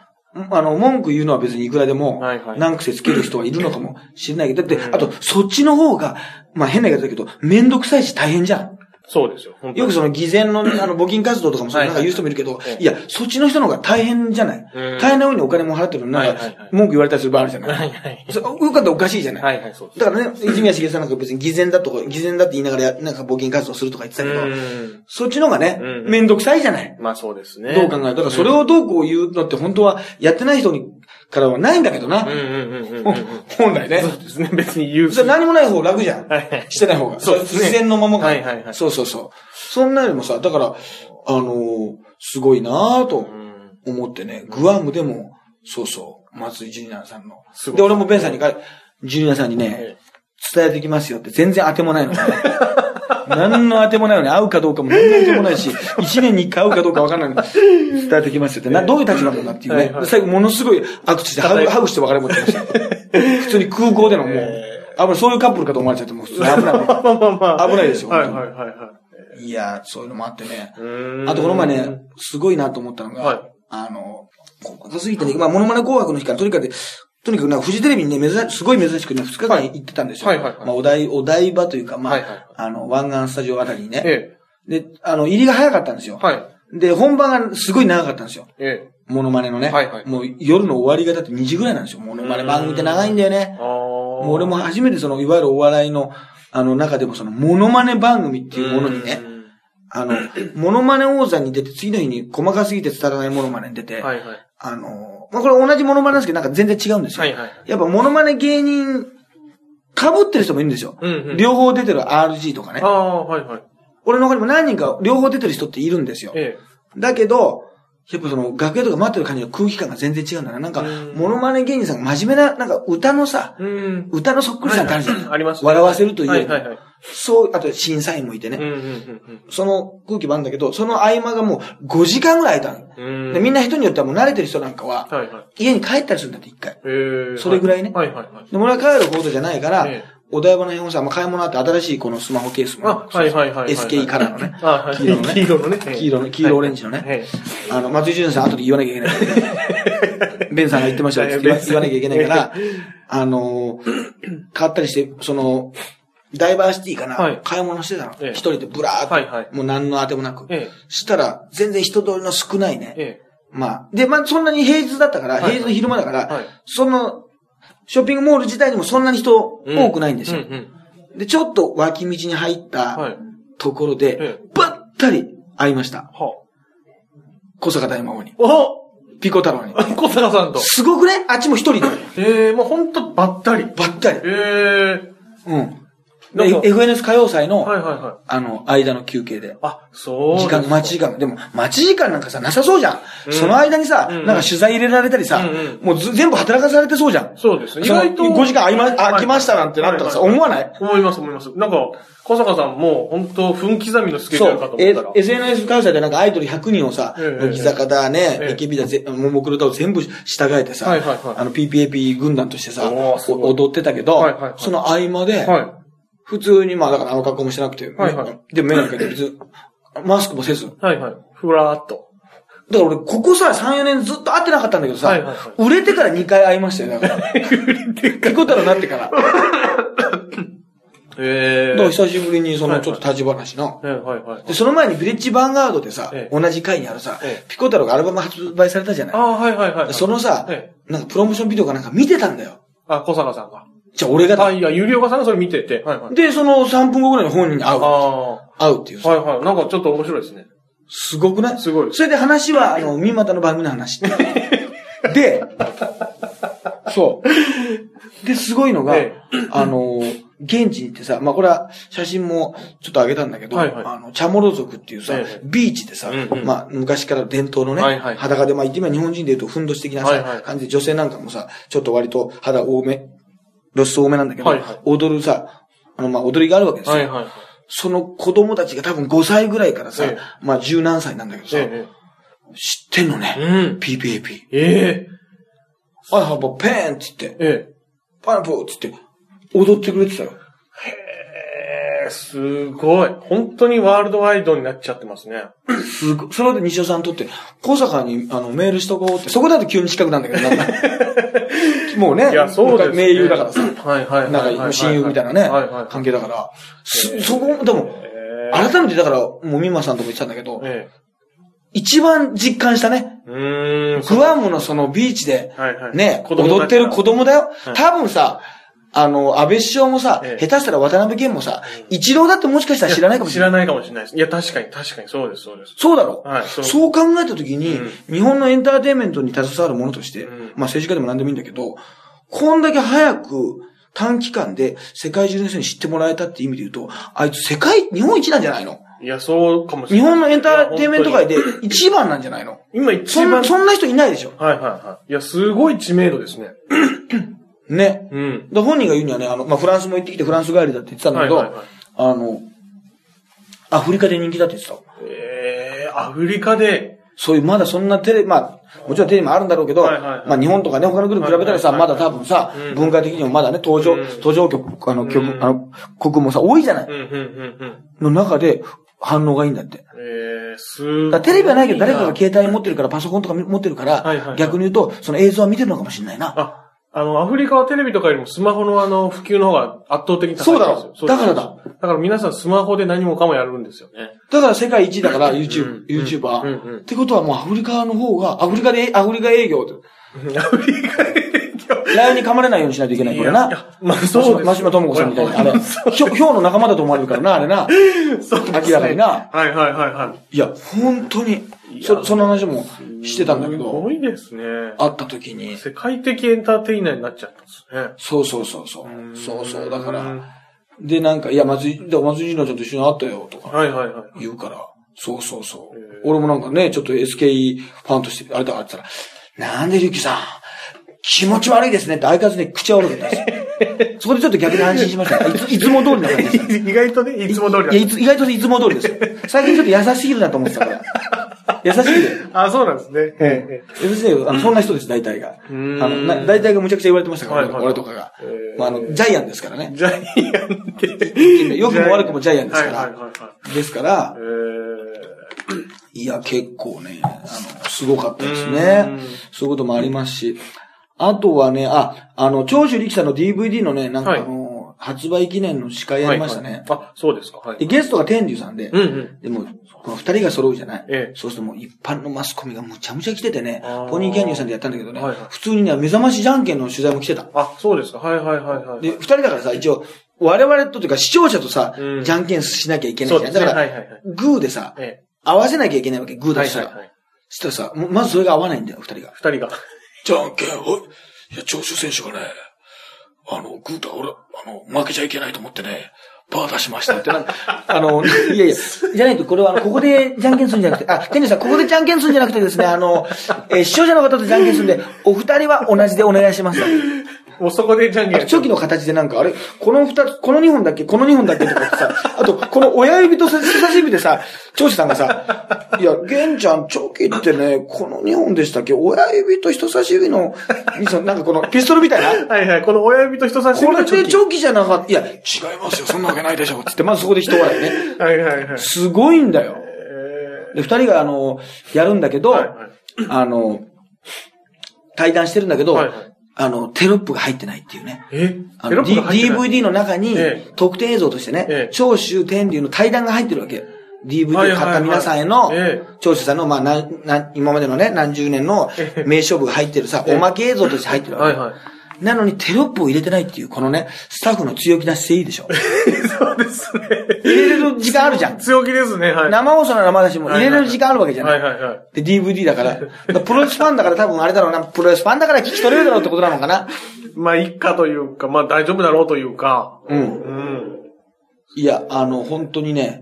[SPEAKER 1] あの、文句言うのは別にいくらでも
[SPEAKER 2] はいは、い
[SPEAKER 1] 何癖つける人はいるのかもしれないけど、だって、
[SPEAKER 2] うん
[SPEAKER 1] あと、そっちの方が、まあ変な言い方だけど、めんどくさいし大変じゃん。
[SPEAKER 2] そうですよ。本当
[SPEAKER 1] よ
[SPEAKER 2] に
[SPEAKER 1] くその偽善の、あの、募金活動とかもそう
[SPEAKER 2] はい
[SPEAKER 1] なんか
[SPEAKER 2] はい
[SPEAKER 1] 言う人もいるけど
[SPEAKER 2] え、え
[SPEAKER 1] いや、そっちの人の方が大変じゃない
[SPEAKER 2] うん
[SPEAKER 1] 大変な上にお金も払ってるのになん
[SPEAKER 2] はいはいは
[SPEAKER 1] か
[SPEAKER 2] い、
[SPEAKER 1] 文句言われたりする場合あるじゃな
[SPEAKER 2] はいいはい。
[SPEAKER 1] そよかったらおかしいじゃない
[SPEAKER 2] はいはい、そうです。
[SPEAKER 1] だからね、泉谷しげさんなんか別に偽善だとか、偽善だって言いながらや、なんか募金活動するとか言ってたけど、
[SPEAKER 2] うん。
[SPEAKER 1] そっちの方がね
[SPEAKER 2] うんう、ん
[SPEAKER 1] めんどくさいじゃない。
[SPEAKER 2] まあそうですね。
[SPEAKER 1] どう考えるだからそれをどうこう言うのって本当はやってない人にからはないんだけど
[SPEAKER 2] う
[SPEAKER 1] な。
[SPEAKER 2] んうんうんうんうんうん。
[SPEAKER 1] 本来ね。
[SPEAKER 2] そうですね。別に言う。
[SPEAKER 1] それ何もない方楽じゃん
[SPEAKER 2] はいはい。
[SPEAKER 1] [LAUGHS] してない方が。
[SPEAKER 2] そうですね
[SPEAKER 1] 自然のままが。
[SPEAKER 2] はいはいはい
[SPEAKER 1] そうそうそう。そんなよりもさ、だから、あのーすごいなぁと
[SPEAKER 2] うん
[SPEAKER 1] 思ってね、グアムでも、そうそう、松井ジュニアさんの
[SPEAKER 2] す。ごい
[SPEAKER 1] で、俺もベンさんにか、ジュニアさんにね
[SPEAKER 2] え、
[SPEAKER 1] 伝えてきますよって全然当てもないのね。 [LAUGHS] 何の当てもないのに会うかどうかも全然当ても
[SPEAKER 2] [LAUGHS]
[SPEAKER 1] ないし、一年に一回会うかどうかわかんないのに伝えてきますよって、な、どういう立場なんだっていう
[SPEAKER 2] は
[SPEAKER 1] ね
[SPEAKER 2] いはい。
[SPEAKER 1] で最後ものすごい握手して、ハグハグして別れ持ってました。普通に空港でのもう
[SPEAKER 2] [LAUGHS] え、
[SPEAKER 1] あ、そういうカップルかと思われちゃって、もう普通に危ない。
[SPEAKER 2] [LAUGHS] まあまあまあ。
[SPEAKER 1] 危ないですよ
[SPEAKER 2] はいはいはいはい
[SPEAKER 1] や、そういうのもあってね。
[SPEAKER 2] い。
[SPEAKER 1] あとこの前ね、すごいなと思ったのが、
[SPEAKER 2] はい
[SPEAKER 1] あの、ここすぎてね、まあ、モノマネ紅白の日から、とにかく、とにかくなんかフジテレビにね、珍しすごい珍しくね、2日間行ってたんですよ。
[SPEAKER 2] はいはいはい
[SPEAKER 1] まあ、お台、お台場というか、まあ、
[SPEAKER 2] はいはい
[SPEAKER 1] あの、湾岸スタジオあたりにね、
[SPEAKER 2] え
[SPEAKER 1] で、あの、入りが早かったんですよ。
[SPEAKER 2] え。はい。
[SPEAKER 1] で、本番がすごい長かったんですよ。
[SPEAKER 2] ええ。
[SPEAKER 1] モノマネのね。
[SPEAKER 2] はいはい
[SPEAKER 1] もう夜の終わりがだって2時ぐらいなんですよ。モノマネ番組って長いんだよね。
[SPEAKER 2] ああ。も
[SPEAKER 1] もう俺も初めてその、いわゆるお笑いの、あの中でもその、モノマネ番組っていうものにね、あの、モノマネ王座に出て、次の日に細かすぎて伝わらないモノマネに出て、
[SPEAKER 2] はいはい。
[SPEAKER 1] あの、まあ、これ同じモノマネなんですけど、なんか全然違うんですよ。
[SPEAKER 2] はいはい。
[SPEAKER 1] やっぱモノマネ芸人、被ってる人もいるんですよ。
[SPEAKER 2] うんうん
[SPEAKER 1] 両方出てる RG とかね
[SPEAKER 2] あ。あ、はいはい。
[SPEAKER 1] 俺の他にも何人か両方出てる人っているんですよ。
[SPEAKER 2] え
[SPEAKER 1] だけど、やっぱその楽屋とか待ってる感じの空気感が全然違うんだな。なんか
[SPEAKER 2] うん、
[SPEAKER 1] モノマネ芸人さんが真面目な、なんか歌のさ
[SPEAKER 2] え。、うん。
[SPEAKER 1] 歌のそっくりさんってあるじゃ
[SPEAKER 2] は
[SPEAKER 1] ん。
[SPEAKER 2] いありますね
[SPEAKER 1] 笑わせるというよ
[SPEAKER 2] は
[SPEAKER 1] り
[SPEAKER 2] い
[SPEAKER 1] も。
[SPEAKER 2] はいはい。
[SPEAKER 1] そう、あと審査員もいてね。
[SPEAKER 2] うんうんうん
[SPEAKER 1] その空気もあるんだけど、その合間がもう5時間ぐらい空いたの。
[SPEAKER 2] うん。
[SPEAKER 1] でみんな人によってはもう慣れてる人なんかは、
[SPEAKER 2] はいはい。
[SPEAKER 1] 家に帰ったりするんだって一回。
[SPEAKER 2] ええ。
[SPEAKER 1] それぐらいね
[SPEAKER 2] はいはいはい。
[SPEAKER 1] で、俺は帰るほどじゃないから、
[SPEAKER 2] ええ
[SPEAKER 1] お台場の辺をさ、まあ、買い物あって新しいこのスマホケースも、
[SPEAKER 2] あ、はいはいはい。
[SPEAKER 1] SKE カラーのね、
[SPEAKER 2] あはい。
[SPEAKER 1] 黄色のね
[SPEAKER 2] 黄色のね。ええ
[SPEAKER 1] 黄色の、黄色オレンジのね、
[SPEAKER 2] え
[SPEAKER 1] あの、松井純さん後で言わなきゃいけない
[SPEAKER 2] [LAUGHS]
[SPEAKER 1] から。ベンさんが言ってましたよって言わ言わなきゃいけないから、あのー、買ったりして、その、ダイバーシティかな、
[SPEAKER 2] はい
[SPEAKER 1] 買い物してたの。一、
[SPEAKER 2] ええ
[SPEAKER 1] 人でブラーっと、
[SPEAKER 2] はいはい
[SPEAKER 1] もう何の当てもなく。
[SPEAKER 2] ええ
[SPEAKER 1] したら、全然人通りの少ないね、
[SPEAKER 2] え。え
[SPEAKER 1] まあ、で、まあ、そんなに平日だったから、
[SPEAKER 2] はいはい
[SPEAKER 1] 平日の昼間だから、
[SPEAKER 2] はい
[SPEAKER 1] その、ショッピングモール自体にもそんなに人
[SPEAKER 2] え。
[SPEAKER 1] 多くないんですよ。
[SPEAKER 2] ううん
[SPEAKER 1] で、ちょっと脇道に入っ
[SPEAKER 2] うんはい
[SPEAKER 1] た。ところで、
[SPEAKER 2] ええ
[SPEAKER 1] ばったり会いました。
[SPEAKER 2] は
[SPEAKER 1] 小坂大魔王に。
[SPEAKER 2] あ。お
[SPEAKER 1] ピコ太郎に。
[SPEAKER 2] 小坂さんと。
[SPEAKER 1] すごくねあっちも一人で。
[SPEAKER 2] ええ、もうほんとばったり。
[SPEAKER 1] ばったり。
[SPEAKER 2] ええ。
[SPEAKER 1] うん。
[SPEAKER 2] なんか
[SPEAKER 1] FNS 歌謡祭の、
[SPEAKER 2] はいはいはい。
[SPEAKER 1] あの、間の休憩で。
[SPEAKER 2] あ、そう。
[SPEAKER 1] 時間、待ち時間。でも、待ち時間なんかさ、なさそうじゃん。その間にさ、
[SPEAKER 2] うんうん
[SPEAKER 1] なんか取材入れられたりさ、
[SPEAKER 2] うんうん
[SPEAKER 1] もうず全部働かされてそうじゃん。
[SPEAKER 2] そうですね。
[SPEAKER 1] 意外と。5時間ありま、あ空きましたなんてなったらさ、思わない
[SPEAKER 2] 思います、思います。なんか、小坂さんも、本当分刻みのスケジ
[SPEAKER 1] そ
[SPEAKER 2] ュールか
[SPEAKER 1] う
[SPEAKER 2] と、思っ
[SPEAKER 1] え
[SPEAKER 2] たら。
[SPEAKER 1] SNS 関西でなんかアイドル100人をさ、
[SPEAKER 2] ええ
[SPEAKER 1] 乃木坂だね、
[SPEAKER 2] ええ
[SPEAKER 1] AKB だぜ、ももクロだを全部従えてさ、
[SPEAKER 2] はいはいはい
[SPEAKER 1] あの PPAP 軍団としてさ、
[SPEAKER 2] おーすご
[SPEAKER 1] お
[SPEAKER 2] い
[SPEAKER 1] 踊ってたけど、
[SPEAKER 2] はいはいはい
[SPEAKER 1] その合間で、
[SPEAKER 2] はい。
[SPEAKER 1] 普通にまあだからあの格好もしてなくて、
[SPEAKER 2] はいはい
[SPEAKER 1] でも目なんかで別に、マスクもせず。だか
[SPEAKER 2] はいはい。ふらーっと。
[SPEAKER 1] ら俺、ここさ、3、4年ずっと会ってなかったんだけどさ、
[SPEAKER 2] はいはいは
[SPEAKER 1] 売れてから2回会いましたよ、だ
[SPEAKER 2] [LAUGHS]
[SPEAKER 1] から。ピコ太郎になってから。だか
[SPEAKER 2] ええ
[SPEAKER 1] ら
[SPEAKER 2] ー。
[SPEAKER 1] 久しぶりにそ
[SPEAKER 2] は
[SPEAKER 1] の
[SPEAKER 2] いはい
[SPEAKER 1] ちょっと立ち話な。
[SPEAKER 2] はいはいはい。
[SPEAKER 1] で、その前にビレッジヴァンガードでさ、
[SPEAKER 2] ええ
[SPEAKER 1] 同じ回にあるさ、
[SPEAKER 2] ええ
[SPEAKER 1] ピコ太郎がアルバム発売されたじゃない
[SPEAKER 2] あ。ーはいはいはい。
[SPEAKER 1] そのさ、
[SPEAKER 2] え
[SPEAKER 1] なんかプロモーションビデオかなんか見てたんだよ。
[SPEAKER 2] あ、小坂さんが。
[SPEAKER 1] じゃあ俺がだ
[SPEAKER 2] あ、いや、ゆりおかさんがそれ見てて。はいはい。
[SPEAKER 1] で、その3分後ぐらいに本人に会
[SPEAKER 2] あ
[SPEAKER 1] う。
[SPEAKER 2] あ。
[SPEAKER 1] 会うっていうさ。
[SPEAKER 2] はいはい。なんかちょっと面白いですね。
[SPEAKER 1] すごくない
[SPEAKER 2] すごい
[SPEAKER 1] それで話は、あの、三股の番組の話。
[SPEAKER 2] [LAUGHS]
[SPEAKER 1] で、そう。で、すごいのが、
[SPEAKER 2] え
[SPEAKER 1] あの、現地に行ってさ、まあ、これは写真もちょっと上げたんだけど、
[SPEAKER 2] はいはい
[SPEAKER 1] あの、チャモロ族っていうさ、
[SPEAKER 2] ええ
[SPEAKER 1] ビーチでさ、
[SPEAKER 2] うんうん
[SPEAKER 1] まあ、昔から伝統のね、
[SPEAKER 2] はいはい
[SPEAKER 1] 裸で、まあ、言ってみれば日本人で言うとふんどし的なさ、
[SPEAKER 2] はいはい
[SPEAKER 1] 感じで女性なんかもさ、ちょっと割と肌多め、露出多めなんだけど、
[SPEAKER 2] はいはい
[SPEAKER 1] 踊るさ、あの、まあ、踊りがあるわけですよ。
[SPEAKER 2] はいはい。
[SPEAKER 1] その子供たちが多分5歳ぐらいからさ、
[SPEAKER 2] ええ
[SPEAKER 1] まあ十何歳なんだけどさ、
[SPEAKER 2] え
[SPEAKER 1] 知ってんの
[SPEAKER 2] え。
[SPEAKER 1] ね。
[SPEAKER 2] うん。
[SPEAKER 1] PPAP。
[SPEAKER 2] ええ。
[SPEAKER 1] あいはば、ペーンっつって、
[SPEAKER 2] え
[SPEAKER 1] パイナポーっつって、踊ってくれてたよ。
[SPEAKER 2] え。すごい。本当にワールドワイドになっちゃってますね。
[SPEAKER 1] すごい。それで西尾さんとって、小坂にあのメールしとこうって、そこだと急に近くなんだけど、
[SPEAKER 2] [LAUGHS]
[SPEAKER 1] なんかもうね、 [LAUGHS]
[SPEAKER 2] いや、そうです、ね。
[SPEAKER 1] 盟友だからさ、
[SPEAKER 2] はいはいはいはいはい。
[SPEAKER 1] なんか親友みたいなね、
[SPEAKER 2] はいはい。
[SPEAKER 1] 関係だから、すそこ、でも、
[SPEAKER 2] ええ。
[SPEAKER 1] 改めてだから、もう美馬さんとも言ってたんだけど、
[SPEAKER 2] え
[SPEAKER 1] 一番実感したね、
[SPEAKER 2] え。うーん。
[SPEAKER 1] グアムのそのビーチで、
[SPEAKER 2] はいはい。
[SPEAKER 1] ね、
[SPEAKER 2] 子供
[SPEAKER 1] 踊
[SPEAKER 2] た
[SPEAKER 1] っ
[SPEAKER 2] ち
[SPEAKER 1] てる子供だよ。
[SPEAKER 2] はい
[SPEAKER 1] 多分さ、あの、安倍首相もさ、
[SPEAKER 2] ええ
[SPEAKER 1] 下手したら渡辺謙もさ、一郎だってもしかしたら知らないかもしれない。
[SPEAKER 2] 知らないかもしれないです。いや、確かに確かにそうです、そうです。
[SPEAKER 1] そうだろ、
[SPEAKER 2] はいそ
[SPEAKER 1] そうう考えたときに、
[SPEAKER 2] うん
[SPEAKER 1] 日本のエンターテインメントに携わるものとして、
[SPEAKER 2] うん
[SPEAKER 1] まあ政治家でも何でもいいんだけど、こんだけ早く短期間で世界中の人に知ってもらえたって意味で言うと、あいつ世界、日本一なんじゃないの
[SPEAKER 2] いや、そうかもしれ
[SPEAKER 1] 日
[SPEAKER 2] ない。
[SPEAKER 1] 本のエンターテインメント界
[SPEAKER 2] いや。
[SPEAKER 1] で一番なんじゃないの
[SPEAKER 2] 本当に今一
[SPEAKER 1] そ
[SPEAKER 2] 番
[SPEAKER 1] んそんな人いないでしょ
[SPEAKER 2] はいはいはい。いや、すごい知名度ですね。
[SPEAKER 1] ね。
[SPEAKER 2] うん。
[SPEAKER 1] で本人が言うにはね、あの、まあフランスも行ってきてフランス帰りだって言ってたんだけど、
[SPEAKER 2] はいはいはい
[SPEAKER 1] あの、アフリカで人気だって言ってた。
[SPEAKER 2] えー、アフリカで、
[SPEAKER 1] そういう、まだそんなテレビ、まあ、もちろんテレビもあるんだろうけど、
[SPEAKER 2] はいはいはい
[SPEAKER 1] まあ日本とかね、他の国に比べたらさ、
[SPEAKER 2] はいはいはい
[SPEAKER 1] まだ多分さ、
[SPEAKER 2] うん
[SPEAKER 1] 文化的にもまだね、登場、
[SPEAKER 2] うん
[SPEAKER 1] 登場曲、あの曲、
[SPEAKER 2] うん
[SPEAKER 1] あの、国もさ、多いじゃない
[SPEAKER 2] うん、うん、うん、うん。
[SPEAKER 1] の中で反応がいいんだって。
[SPEAKER 2] えー、す
[SPEAKER 1] だか
[SPEAKER 2] ご
[SPEAKER 1] ら
[SPEAKER 2] い。
[SPEAKER 1] テレビはないけど、誰かが携帯持ってるから、パソコンとか持ってるから、
[SPEAKER 2] はいはいはい
[SPEAKER 1] 逆に言うと、その映像は見てるのかもしれないな。
[SPEAKER 2] あ、あの、アフリカはテレビとかよりもスマホのあの、普及の方が圧倒的に高い
[SPEAKER 1] そうだろ
[SPEAKER 2] んですよで
[SPEAKER 1] だ
[SPEAKER 2] す
[SPEAKER 1] からだ。
[SPEAKER 2] だから皆さんスマホで何もかもやるんですよね。
[SPEAKER 1] だから世界一だから、YouTube、
[SPEAKER 2] うん
[SPEAKER 1] YouTuber、
[SPEAKER 2] うんうん
[SPEAKER 1] ってことはもうアフリカの方が、アフリカで、アフリカ営業って。
[SPEAKER 2] アフリカで。
[SPEAKER 1] ライオンに噛まれないようにしないといけないから
[SPEAKER 2] いやい
[SPEAKER 1] な
[SPEAKER 2] や。まあそうです
[SPEAKER 1] マシマトモコさんみたいな。あれ、ひょ、ひょうの仲間だと思われるからな、あれな。
[SPEAKER 2] そうですね
[SPEAKER 1] 明らかにな。
[SPEAKER 2] はいはいはいはい
[SPEAKER 1] や、本当に、
[SPEAKER 2] いや
[SPEAKER 1] そ、その話も
[SPEAKER 2] い。
[SPEAKER 1] してたんだけ
[SPEAKER 2] す
[SPEAKER 1] ど、
[SPEAKER 2] ごいですね。
[SPEAKER 1] 会った時に、
[SPEAKER 2] 世界的エンターテイナーになっちゃったんですね。
[SPEAKER 1] そうそうそうそうう。
[SPEAKER 2] ん
[SPEAKER 1] そうそう、だか
[SPEAKER 2] うん
[SPEAKER 1] ら、で、なんか、いや、松井、だから松井次郎ちゃんと一緒に会ったよ、とか
[SPEAKER 2] はいはいはい。
[SPEAKER 1] 言うから、そうそうそう
[SPEAKER 2] へえ。
[SPEAKER 1] 俺もなんかね、ちょっと SKE ファンとして、あれだ、あれだったら、なんで、ゆきさん、気持ち悪いですねって相変わらずね、口は折れてたん
[SPEAKER 2] [LAUGHS]
[SPEAKER 1] ですよ。そこでちょっと逆に安心しました。いついつも通りな感じです。
[SPEAKER 2] 意外とね、いつも通りだっ
[SPEAKER 1] いや、いつ、意外といつも通りです
[SPEAKER 2] [LAUGHS]
[SPEAKER 1] よ。最近ちょっと優しすぎるなと思ってたから。優しすぎる。
[SPEAKER 2] た。あ、そうなんですね。ええ
[SPEAKER 1] 優しすぎる。あの、そんな人です、大体が。あ
[SPEAKER 2] ーん
[SPEAKER 1] の、な大体がむちゃくちゃ言われてましたから、
[SPEAKER 2] はいはい
[SPEAKER 1] 俺とかが
[SPEAKER 2] へ。ー
[SPEAKER 1] まあ、あの、ジャイアンですからね。
[SPEAKER 2] ジャイアンって。
[SPEAKER 1] 良くも悪くもジャイアンですか
[SPEAKER 2] はいはいはいはい
[SPEAKER 1] ら。ですから
[SPEAKER 2] え、ー
[SPEAKER 1] いや、結構ね、あの、すごかったですね
[SPEAKER 2] うん。
[SPEAKER 1] そういうこともありますし。あとはね、あ、あの、長州力さんの DVD のね、なんかあ
[SPEAKER 2] はい
[SPEAKER 1] の、発売記念の司会やりましたね。
[SPEAKER 2] はいはいあ、そうですか。はい
[SPEAKER 1] で、。ゲストが天竜さんで
[SPEAKER 2] う、んうん。
[SPEAKER 1] でも、この二人が揃うじゃない、
[SPEAKER 2] ええ
[SPEAKER 1] そうするともう一般のマスコミがむちゃむちゃ来ててね
[SPEAKER 2] あ、ー
[SPEAKER 1] ポニーキャニオンさんでやったんだけどね、
[SPEAKER 2] はいはい
[SPEAKER 1] 普通にね、目覚ましじゃんけんの取材も来てた。
[SPEAKER 2] あ、そうですか。はいはいはいはい。
[SPEAKER 1] で、二人だからさ、一応、我々とというか視聴者とさ、
[SPEAKER 2] うん
[SPEAKER 1] じゃんけんしなきゃいけな
[SPEAKER 2] そ
[SPEAKER 1] いうじゃ
[SPEAKER 2] で
[SPEAKER 1] ん。
[SPEAKER 2] す
[SPEAKER 1] だ
[SPEAKER 2] ね。
[SPEAKER 1] か
[SPEAKER 2] はい
[SPEAKER 1] ら、
[SPEAKER 2] はいはい。
[SPEAKER 1] グーでさ、
[SPEAKER 2] え
[SPEAKER 1] 合わせなきゃいけないわけ、グ
[SPEAKER 2] え
[SPEAKER 1] ーだ
[SPEAKER 2] は
[SPEAKER 1] と
[SPEAKER 2] い
[SPEAKER 1] した
[SPEAKER 2] はい
[SPEAKER 1] ら。
[SPEAKER 2] はい。
[SPEAKER 1] そしたらさ、もうまずそれが合わないんだよ、二人が。
[SPEAKER 2] 二人が。 [LAUGHS]
[SPEAKER 3] じゃんけん、はい。いや、長州選手がね、あの、グータ、俺、あの、負けちゃいけないと思ってね、
[SPEAKER 1] パー出しましたって。なんか [LAUGHS] あの、いやいや、じゃないと、これはあの、ここでじゃんけんするんじゃなくて、あ、天竜さん、ここでじゃんけんするんじゃなくてですね、あの、えー視聴者の方とじゃんけんするんで、お二人は同じでお願いします。
[SPEAKER 2] もうそこでじゃんけんやっちゃ
[SPEAKER 1] 初
[SPEAKER 2] う
[SPEAKER 1] 期の形でなんか、あれこの二つ、この二本だっけこの二本だっけとかってさ、 [LAUGHS] あと、この親指と人差し指でさ、長司さんがさ、いや、玄ちゃん、チョキってね、この二本でしたっけ親指と人差し指の、そのなんかこのピストルみたいな
[SPEAKER 2] はいはい、この親指と人差し
[SPEAKER 1] こ
[SPEAKER 2] 指
[SPEAKER 1] れ
[SPEAKER 2] のチョ
[SPEAKER 1] で
[SPEAKER 2] キ
[SPEAKER 1] チョキじゃなかった。いや、違いますよ。そんなわけないでしょ。つって、まずそこで人笑いね。
[SPEAKER 2] はいはいはい。
[SPEAKER 1] すごいんだよ。
[SPEAKER 2] え
[SPEAKER 1] で、二人が、あの、やるんだけど、
[SPEAKER 2] はいはい
[SPEAKER 1] あの、対談してるんだけど、
[SPEAKER 2] はいはい
[SPEAKER 1] あの、テロップが入ってないっていうね。
[SPEAKER 2] ー、え
[SPEAKER 1] あ
[SPEAKER 2] テロ
[SPEAKER 1] の、
[SPEAKER 2] ップ
[SPEAKER 1] D、
[SPEAKER 2] が入ってない
[SPEAKER 1] DVD の中に
[SPEAKER 2] ええ、
[SPEAKER 1] 特典映像としてね、
[SPEAKER 2] ええ
[SPEAKER 1] 長州天竜の対談が入ってるわけよ。
[SPEAKER 2] はい
[SPEAKER 1] DVD
[SPEAKER 2] は
[SPEAKER 1] を
[SPEAKER 2] いはい
[SPEAKER 1] 買った皆さんへの
[SPEAKER 2] ええ、
[SPEAKER 1] 長州さんの、まあ、なん、なん、今までのね、何十年の名勝負が入ってるさ、
[SPEAKER 2] ええ
[SPEAKER 1] おまけ映像として入ってるわ
[SPEAKER 2] は
[SPEAKER 1] け
[SPEAKER 2] い。はい。 [LAUGHS]
[SPEAKER 1] なのにテロップを入れてないっていう、このね、スタッフの強気な姿勢いいでしょ。
[SPEAKER 2] そうですね。
[SPEAKER 1] 入れれる時間あるじゃん。
[SPEAKER 2] 強気ですね、はい。
[SPEAKER 1] 生放送の生だしも入れれる時間あるわけじゃない。
[SPEAKER 2] はいはいはい。
[SPEAKER 1] で、DVD だから。だからプロレスファンだから多分あれだろうな、プロレスファンだから聞き取れるだろうってことなのかな。
[SPEAKER 2] まあ、いっかというか、まあ大丈夫だろうというか。
[SPEAKER 1] うん
[SPEAKER 2] うん。
[SPEAKER 1] いや、あの、本当にね、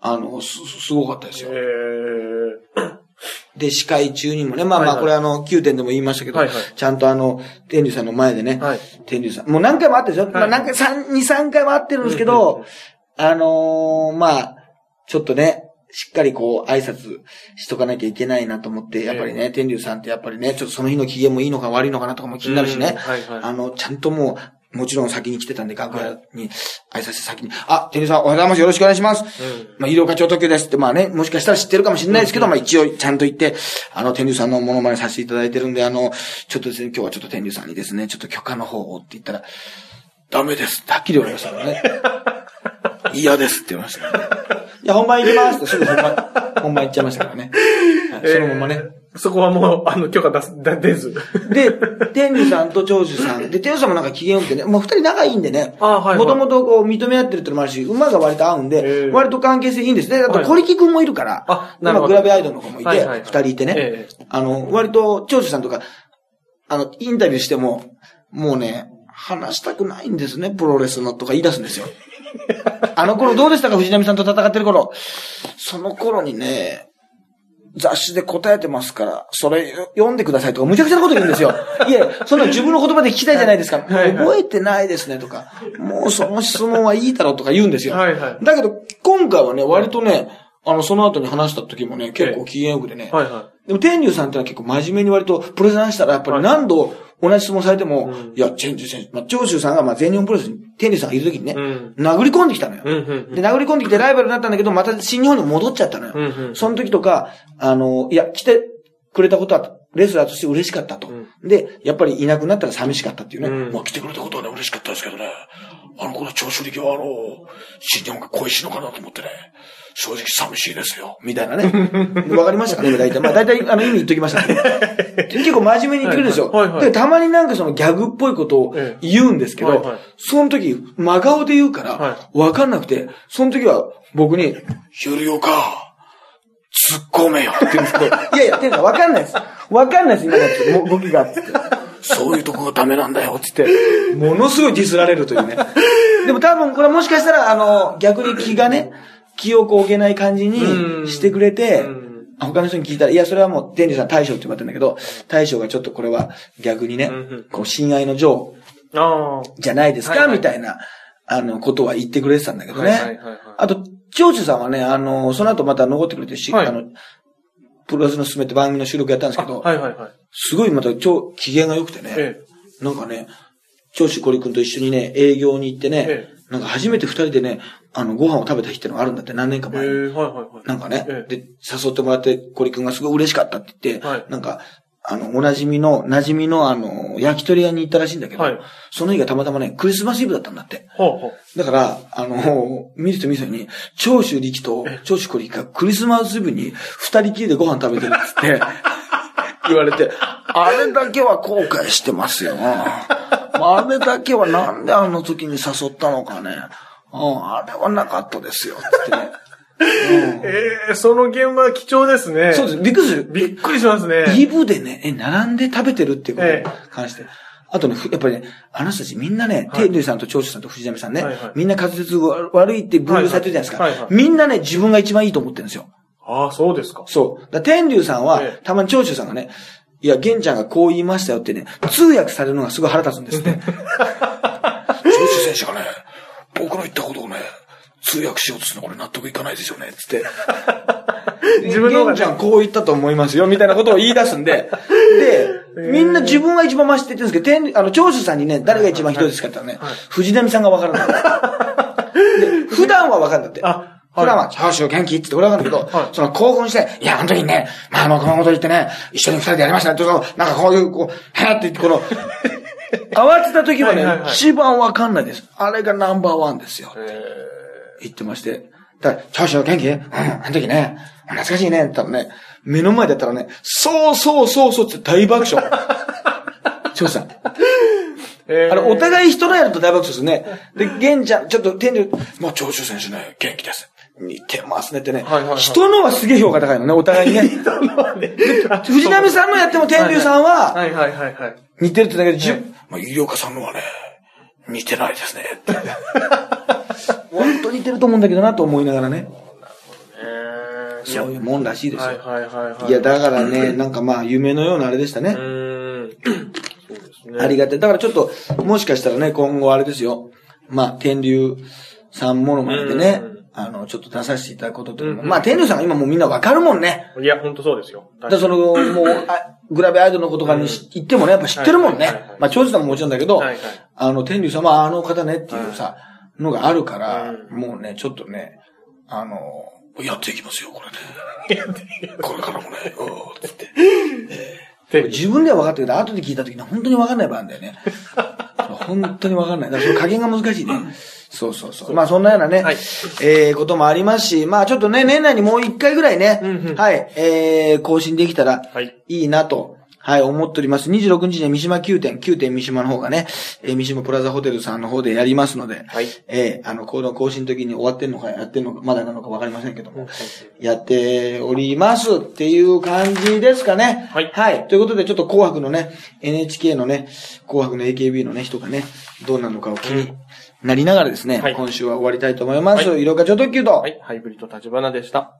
[SPEAKER 1] あの、す、すごかったです
[SPEAKER 2] え
[SPEAKER 1] よ。
[SPEAKER 2] ー、
[SPEAKER 1] で、司会中にもね、まあ
[SPEAKER 2] はい
[SPEAKER 1] ま
[SPEAKER 2] は
[SPEAKER 1] あ、
[SPEAKER 2] い
[SPEAKER 1] これあの、9点でも言いましたけど、
[SPEAKER 2] はいはい
[SPEAKER 1] ちゃんとあの、天竜さんの前でね、
[SPEAKER 2] はい
[SPEAKER 1] 天竜さん、もう何回も会ってるんですよ。
[SPEAKER 2] はい
[SPEAKER 1] まあ、何回、三二三回も会ってるんですけ
[SPEAKER 2] うんうんう
[SPEAKER 1] ど
[SPEAKER 2] ん、
[SPEAKER 1] あのーまあ、ちょっとね、しっかりこう、挨拶しとかなきゃいけないなと思って、やっぱりね、天竜さんってやっぱりね、ちょっとその日の機嫌もいいのか悪いのかなとかも気になるし
[SPEAKER 2] う
[SPEAKER 1] ね
[SPEAKER 2] ん、はいはい
[SPEAKER 1] あの、ちゃんともう、もちろん先に来てたんで、楽屋に挨拶して先に、あ、天竜さんおはようございます。よろしくお願いします。
[SPEAKER 2] うん
[SPEAKER 1] まあ、医療課長特急ですって、まあね、もしかしたら知ってるかもしれないですけど、まあ一応ちゃんと言って、あの、天竜さんのモノマネさせていただいてるんで、あの、ちょっとですね、今日はちょっと天竜さんにですね、ちょっと許可の方をって言ったら、ダメですってはっきり言われましたからね。
[SPEAKER 2] [LAUGHS]
[SPEAKER 1] 嫌ですって言いましたからね。いや、本番行きますって、すぐ本番、本番行っちゃいました
[SPEAKER 2] [LAUGHS]
[SPEAKER 1] からね。はいそのままね。
[SPEAKER 2] えーそこはもう、あの、許可出す、出出ず。
[SPEAKER 1] で、天竜さんと長州さん。で、天竜さんもなんか機嫌よくてね、もう二人仲いいんでね。
[SPEAKER 2] あはいはい
[SPEAKER 1] もともとこう認め合ってるってのもあるし、馬が割と合うん
[SPEAKER 2] へえ
[SPEAKER 1] で、割と関係性いいんですね。あと、
[SPEAKER 2] はい
[SPEAKER 1] 小力くんもいるから。
[SPEAKER 2] あなるほど
[SPEAKER 1] 今グラビアアイドルの子もい
[SPEAKER 2] はい
[SPEAKER 1] て、
[SPEAKER 2] はいはい
[SPEAKER 1] 二人いてね
[SPEAKER 2] え。
[SPEAKER 1] あの、割と長州さんとか、あの、インタビューしても、もうね、話したくないんですね、プロレスのとか言い出すん
[SPEAKER 2] [LAUGHS]
[SPEAKER 1] ですよ。あの頃どうでしたか、藤波さんと戦ってる頃。その頃にね、雑誌で答えてますから、それ読んでくださいとか、むちゃくちゃなこと言うん
[SPEAKER 2] [LAUGHS]
[SPEAKER 1] ですよ。いや、そんな自分の言葉で聞きたいじゃないですか。
[SPEAKER 2] はいはい
[SPEAKER 1] 覚えてないですねとか、もうその質問はいいだろうとか言うんですよ。
[SPEAKER 2] はいはい
[SPEAKER 1] だけど、今回はね、割とね、あの、その後に話した時もね、結
[SPEAKER 2] ええ
[SPEAKER 1] 構機嫌よくでね。
[SPEAKER 2] [LAUGHS] はいは
[SPEAKER 1] でも天竜さんってのは結構真面目に割とプロレス話したら、やっぱり何度同じ質問されても、
[SPEAKER 2] うん
[SPEAKER 1] いや、チェンジ選手、まあ、長州さんがまあ全日本プロレスに天竜さんがいる時にね、
[SPEAKER 2] うん
[SPEAKER 1] 殴り込んできたのよ。
[SPEAKER 2] うんうんうん
[SPEAKER 1] で、殴り込んできてライバルになったんだけど、また新日本に戻っちゃったのよ。
[SPEAKER 2] うんうん
[SPEAKER 1] その時とか、あの、いや、来てくれたことは、レスラーとして嬉しかったと。で、やっぱりいなくなったら寂しかったっていうね。
[SPEAKER 2] うん
[SPEAKER 1] まあ来てくれたことはね、嬉しかったですけどね。あの頃、長州力はあの、新日本が恋しいのかなと思ってね。正直寂しいですよ。みた
[SPEAKER 2] [LAUGHS]
[SPEAKER 1] いなね。わかりましたかね、大体。まあ大体、あの、意味言っときましたけど。
[SPEAKER 2] [LAUGHS]
[SPEAKER 1] 結構真面目に言ってくるんですよ。
[SPEAKER 2] はいはいはいはい
[SPEAKER 1] で、たまになんかそのギャグっぽいことを
[SPEAKER 2] ええ
[SPEAKER 1] 言うんですけど、
[SPEAKER 2] はいはい
[SPEAKER 1] その時、真顔で言うから、
[SPEAKER 2] は
[SPEAKER 1] わかんなくて、その時は僕に、ゆりおか、突っ込めよって言うんですけど、いやいや、てかわかんないです。わかんないです、今のやつも動きが。つってそういうとこがダメなんだよ、つって。ものすごいディスられるというね。でも多分これもしかしたら、あの、逆に気がね、気をこう置けない感じ
[SPEAKER 2] うん
[SPEAKER 1] にしてくれて
[SPEAKER 2] うん、
[SPEAKER 1] 他の人に聞いたら、いや、それはもう、天竜さん大将って言われてんだけど、大将がちょっとこれは逆にね
[SPEAKER 2] うんうん、
[SPEAKER 1] こう、親愛の情
[SPEAKER 2] い。ああ。
[SPEAKER 1] じゃないです
[SPEAKER 2] はい
[SPEAKER 1] か、
[SPEAKER 2] はい
[SPEAKER 1] みたいな、あの、ことは言ってくれてたんだけど
[SPEAKER 2] はいはい
[SPEAKER 1] ね
[SPEAKER 2] はいはい。
[SPEAKER 1] あと、長州さんはね、あの、その後また残ってくれてし、
[SPEAKER 2] はい
[SPEAKER 1] あの、プロレスのすすめって番組の収録やったんですけど、
[SPEAKER 2] はいはいはい。
[SPEAKER 1] すごいまた超機嫌が良くてね、
[SPEAKER 2] え
[SPEAKER 1] なんかね、長州小力君と一緒にね、営業に行ってね、
[SPEAKER 2] え
[SPEAKER 1] なんか初めて二人でね、あの、ご飯を食べた日ってのがあるんだって、何年か
[SPEAKER 2] ええ
[SPEAKER 1] 前に。
[SPEAKER 2] ー、はいはいはい。
[SPEAKER 1] なんかね、
[SPEAKER 2] え
[SPEAKER 1] で、
[SPEAKER 2] え
[SPEAKER 1] 誘ってもらって、小力君がすごい嬉しかったって言って、
[SPEAKER 2] はい
[SPEAKER 1] なんか、あの、おなじみの、馴染みの、あの、焼き鳥屋に行ったらしいんだけど、
[SPEAKER 2] はい
[SPEAKER 1] その日がたまたまね、クリスマスイブだったんだって。
[SPEAKER 2] ほうほう。
[SPEAKER 1] だから、あの、見ると見るとに、長州力と長州小力がクリスマスイブに二人きりでご飯食べてるっつ
[SPEAKER 2] [LAUGHS]
[SPEAKER 1] って、言われて、あれだけは後悔してますよ。あれだけはなんであの時に誘ったのかね。うん、あれはなかったですよ。つ
[SPEAKER 2] [LAUGHS]
[SPEAKER 1] ってね。
[SPEAKER 2] ええー、その現場は貴重ですね。
[SPEAKER 1] そうです。びっくりする。
[SPEAKER 2] びっくりしますね。
[SPEAKER 1] イブでね、え、並んで食べてるっていうことに関して。あとね、ふやっぱりね、あの人たちみんなね、
[SPEAKER 2] はい
[SPEAKER 1] テイルさんと長州さんと藤波さんね、
[SPEAKER 2] はいはい
[SPEAKER 1] みんな滑舌が悪いって分類されてるじゃないですか、
[SPEAKER 2] はいはいはいは
[SPEAKER 1] みんなね、自分が一番いいと思ってるんですよ。
[SPEAKER 2] ああ、そうですか。
[SPEAKER 1] そう。だから天竜さんは、
[SPEAKER 2] ええ
[SPEAKER 1] たまに長州さんがね、いや、玄ちゃんがこう言いましたよってね、通訳されるのがすごい腹立つんです
[SPEAKER 2] [LAUGHS]
[SPEAKER 1] って。
[SPEAKER 3] 長州選手がね、僕の言ったことをね、通訳しようとするのこれ納得いかないですよね、つって。
[SPEAKER 2] [LAUGHS] 自分の方が
[SPEAKER 1] 玄ちゃんこう言ったと思いますよ、みたいなことを言い出すん
[SPEAKER 2] [LAUGHS]
[SPEAKER 1] で、で、みんな自分が一番マシって言ってるんですけど、天あの、長州さんにね、誰が一番ひどいですかって言ったらね、藤波さんがわからない。
[SPEAKER 2] [LAUGHS]
[SPEAKER 1] で普段はわかるんだって。
[SPEAKER 2] あはい
[SPEAKER 1] 普段は、長州元気って言って俺はわかるんだけど、
[SPEAKER 2] はい
[SPEAKER 1] その興奮して、いや、あの時にね、まあ、あの、このこと言ってね、一緒に二人でやりましたね、とか、なんかこういう、こう、はぁって言って、
[SPEAKER 2] [LAUGHS]
[SPEAKER 1] この、慌てた時はね、
[SPEAKER 2] はいはいはい
[SPEAKER 1] 一番わかんないです。あれがナンバーワンですよ。
[SPEAKER 2] え
[SPEAKER 1] 言ってまして。だから、長州元気うん、あの時ね、懐かしいね、って言ったらね、目の前だったらね、そうそうそうそうって大爆笑。長州さん。
[SPEAKER 2] ーえー
[SPEAKER 1] あれ、お互い人のやると大爆笑ですね。で、玄ちゃん、ちょっと天竜、
[SPEAKER 3] まあ、長州選手ね、元気です。
[SPEAKER 1] 似てますねってね。
[SPEAKER 2] はいはいはい
[SPEAKER 1] 人のはすげえ評価高いのね、お互いに [LAUGHS] ね。藤波さんのやっても天竜さんは
[SPEAKER 2] はいはいはいはい。
[SPEAKER 1] 似てるってだけど、じゅ
[SPEAKER 3] まあ、医療家さんのはね、似てないですね、って。
[SPEAKER 1] [LAUGHS] 本当似てると思うんだけどなと思いながらね。
[SPEAKER 2] えー、いや
[SPEAKER 1] そういうもんらしいですよ。
[SPEAKER 2] はい
[SPEAKER 1] い
[SPEAKER 2] はいはいはい。
[SPEAKER 1] や、だからね、なんかまあ、夢のようなあれでしたね。
[SPEAKER 2] うーん。そうですね。
[SPEAKER 1] ありがたい。だからちょっと、もしかしたらね、今後あれですよ。まあ、天竜さんものまねでね
[SPEAKER 2] うんうん、
[SPEAKER 1] あの、ちょっと出させていただくことというのも、
[SPEAKER 2] うんうん
[SPEAKER 1] まあ、天竜さんが今もうみんなわかるもんね。
[SPEAKER 2] いや、ほんとそうですよ。
[SPEAKER 1] だからその、もう、あグラビアアイドルのことかにし言ってもね、やっぱ知ってるもんね
[SPEAKER 2] はいはいはいは。い
[SPEAKER 1] まあ、長寿さんももちろんだけど
[SPEAKER 2] はいはい、
[SPEAKER 1] あの、天竜さんはあの方ねっていうさ、のがあるから、
[SPEAKER 2] うん
[SPEAKER 1] もうね、ちょっとね、あの、
[SPEAKER 3] やっていきますよ、これね。これからもね、うん、つって。
[SPEAKER 2] テ [LAUGHS] レビ
[SPEAKER 1] 自分では分かったけど、後で聞いた時に本当に分かんない場合あるんだよね。本当に分かんない。だからその加減が難しいね。そうそうそう。まあそんなようなね、
[SPEAKER 2] はい
[SPEAKER 1] えー、こともありますし、まあちょっとね、年内にもう一回ぐらいね、
[SPEAKER 2] うんうん
[SPEAKER 1] はい、えー、更新できたら
[SPEAKER 2] はい
[SPEAKER 1] いいなと、はい、思っております。26日には三島9店、9店三島の方がね、えー、三島プラザホテルさんの方でやりますので、
[SPEAKER 2] はい
[SPEAKER 1] えー、あの、行動更新の時に終わってんのか、やってんのか、まだなのか分かりませんけども、やっておりますっていう感じですかね。
[SPEAKER 2] はい
[SPEAKER 1] はい。ということで、ちょっと紅白のね、NHK のね、紅白の AKB のね、人がね、どうなるのかを気になりながらですね、
[SPEAKER 2] はい
[SPEAKER 1] 今週は終わりたいと思います。
[SPEAKER 2] は
[SPEAKER 1] 色がちょっと急と、
[SPEAKER 2] はい、ハイブリッド立花でした。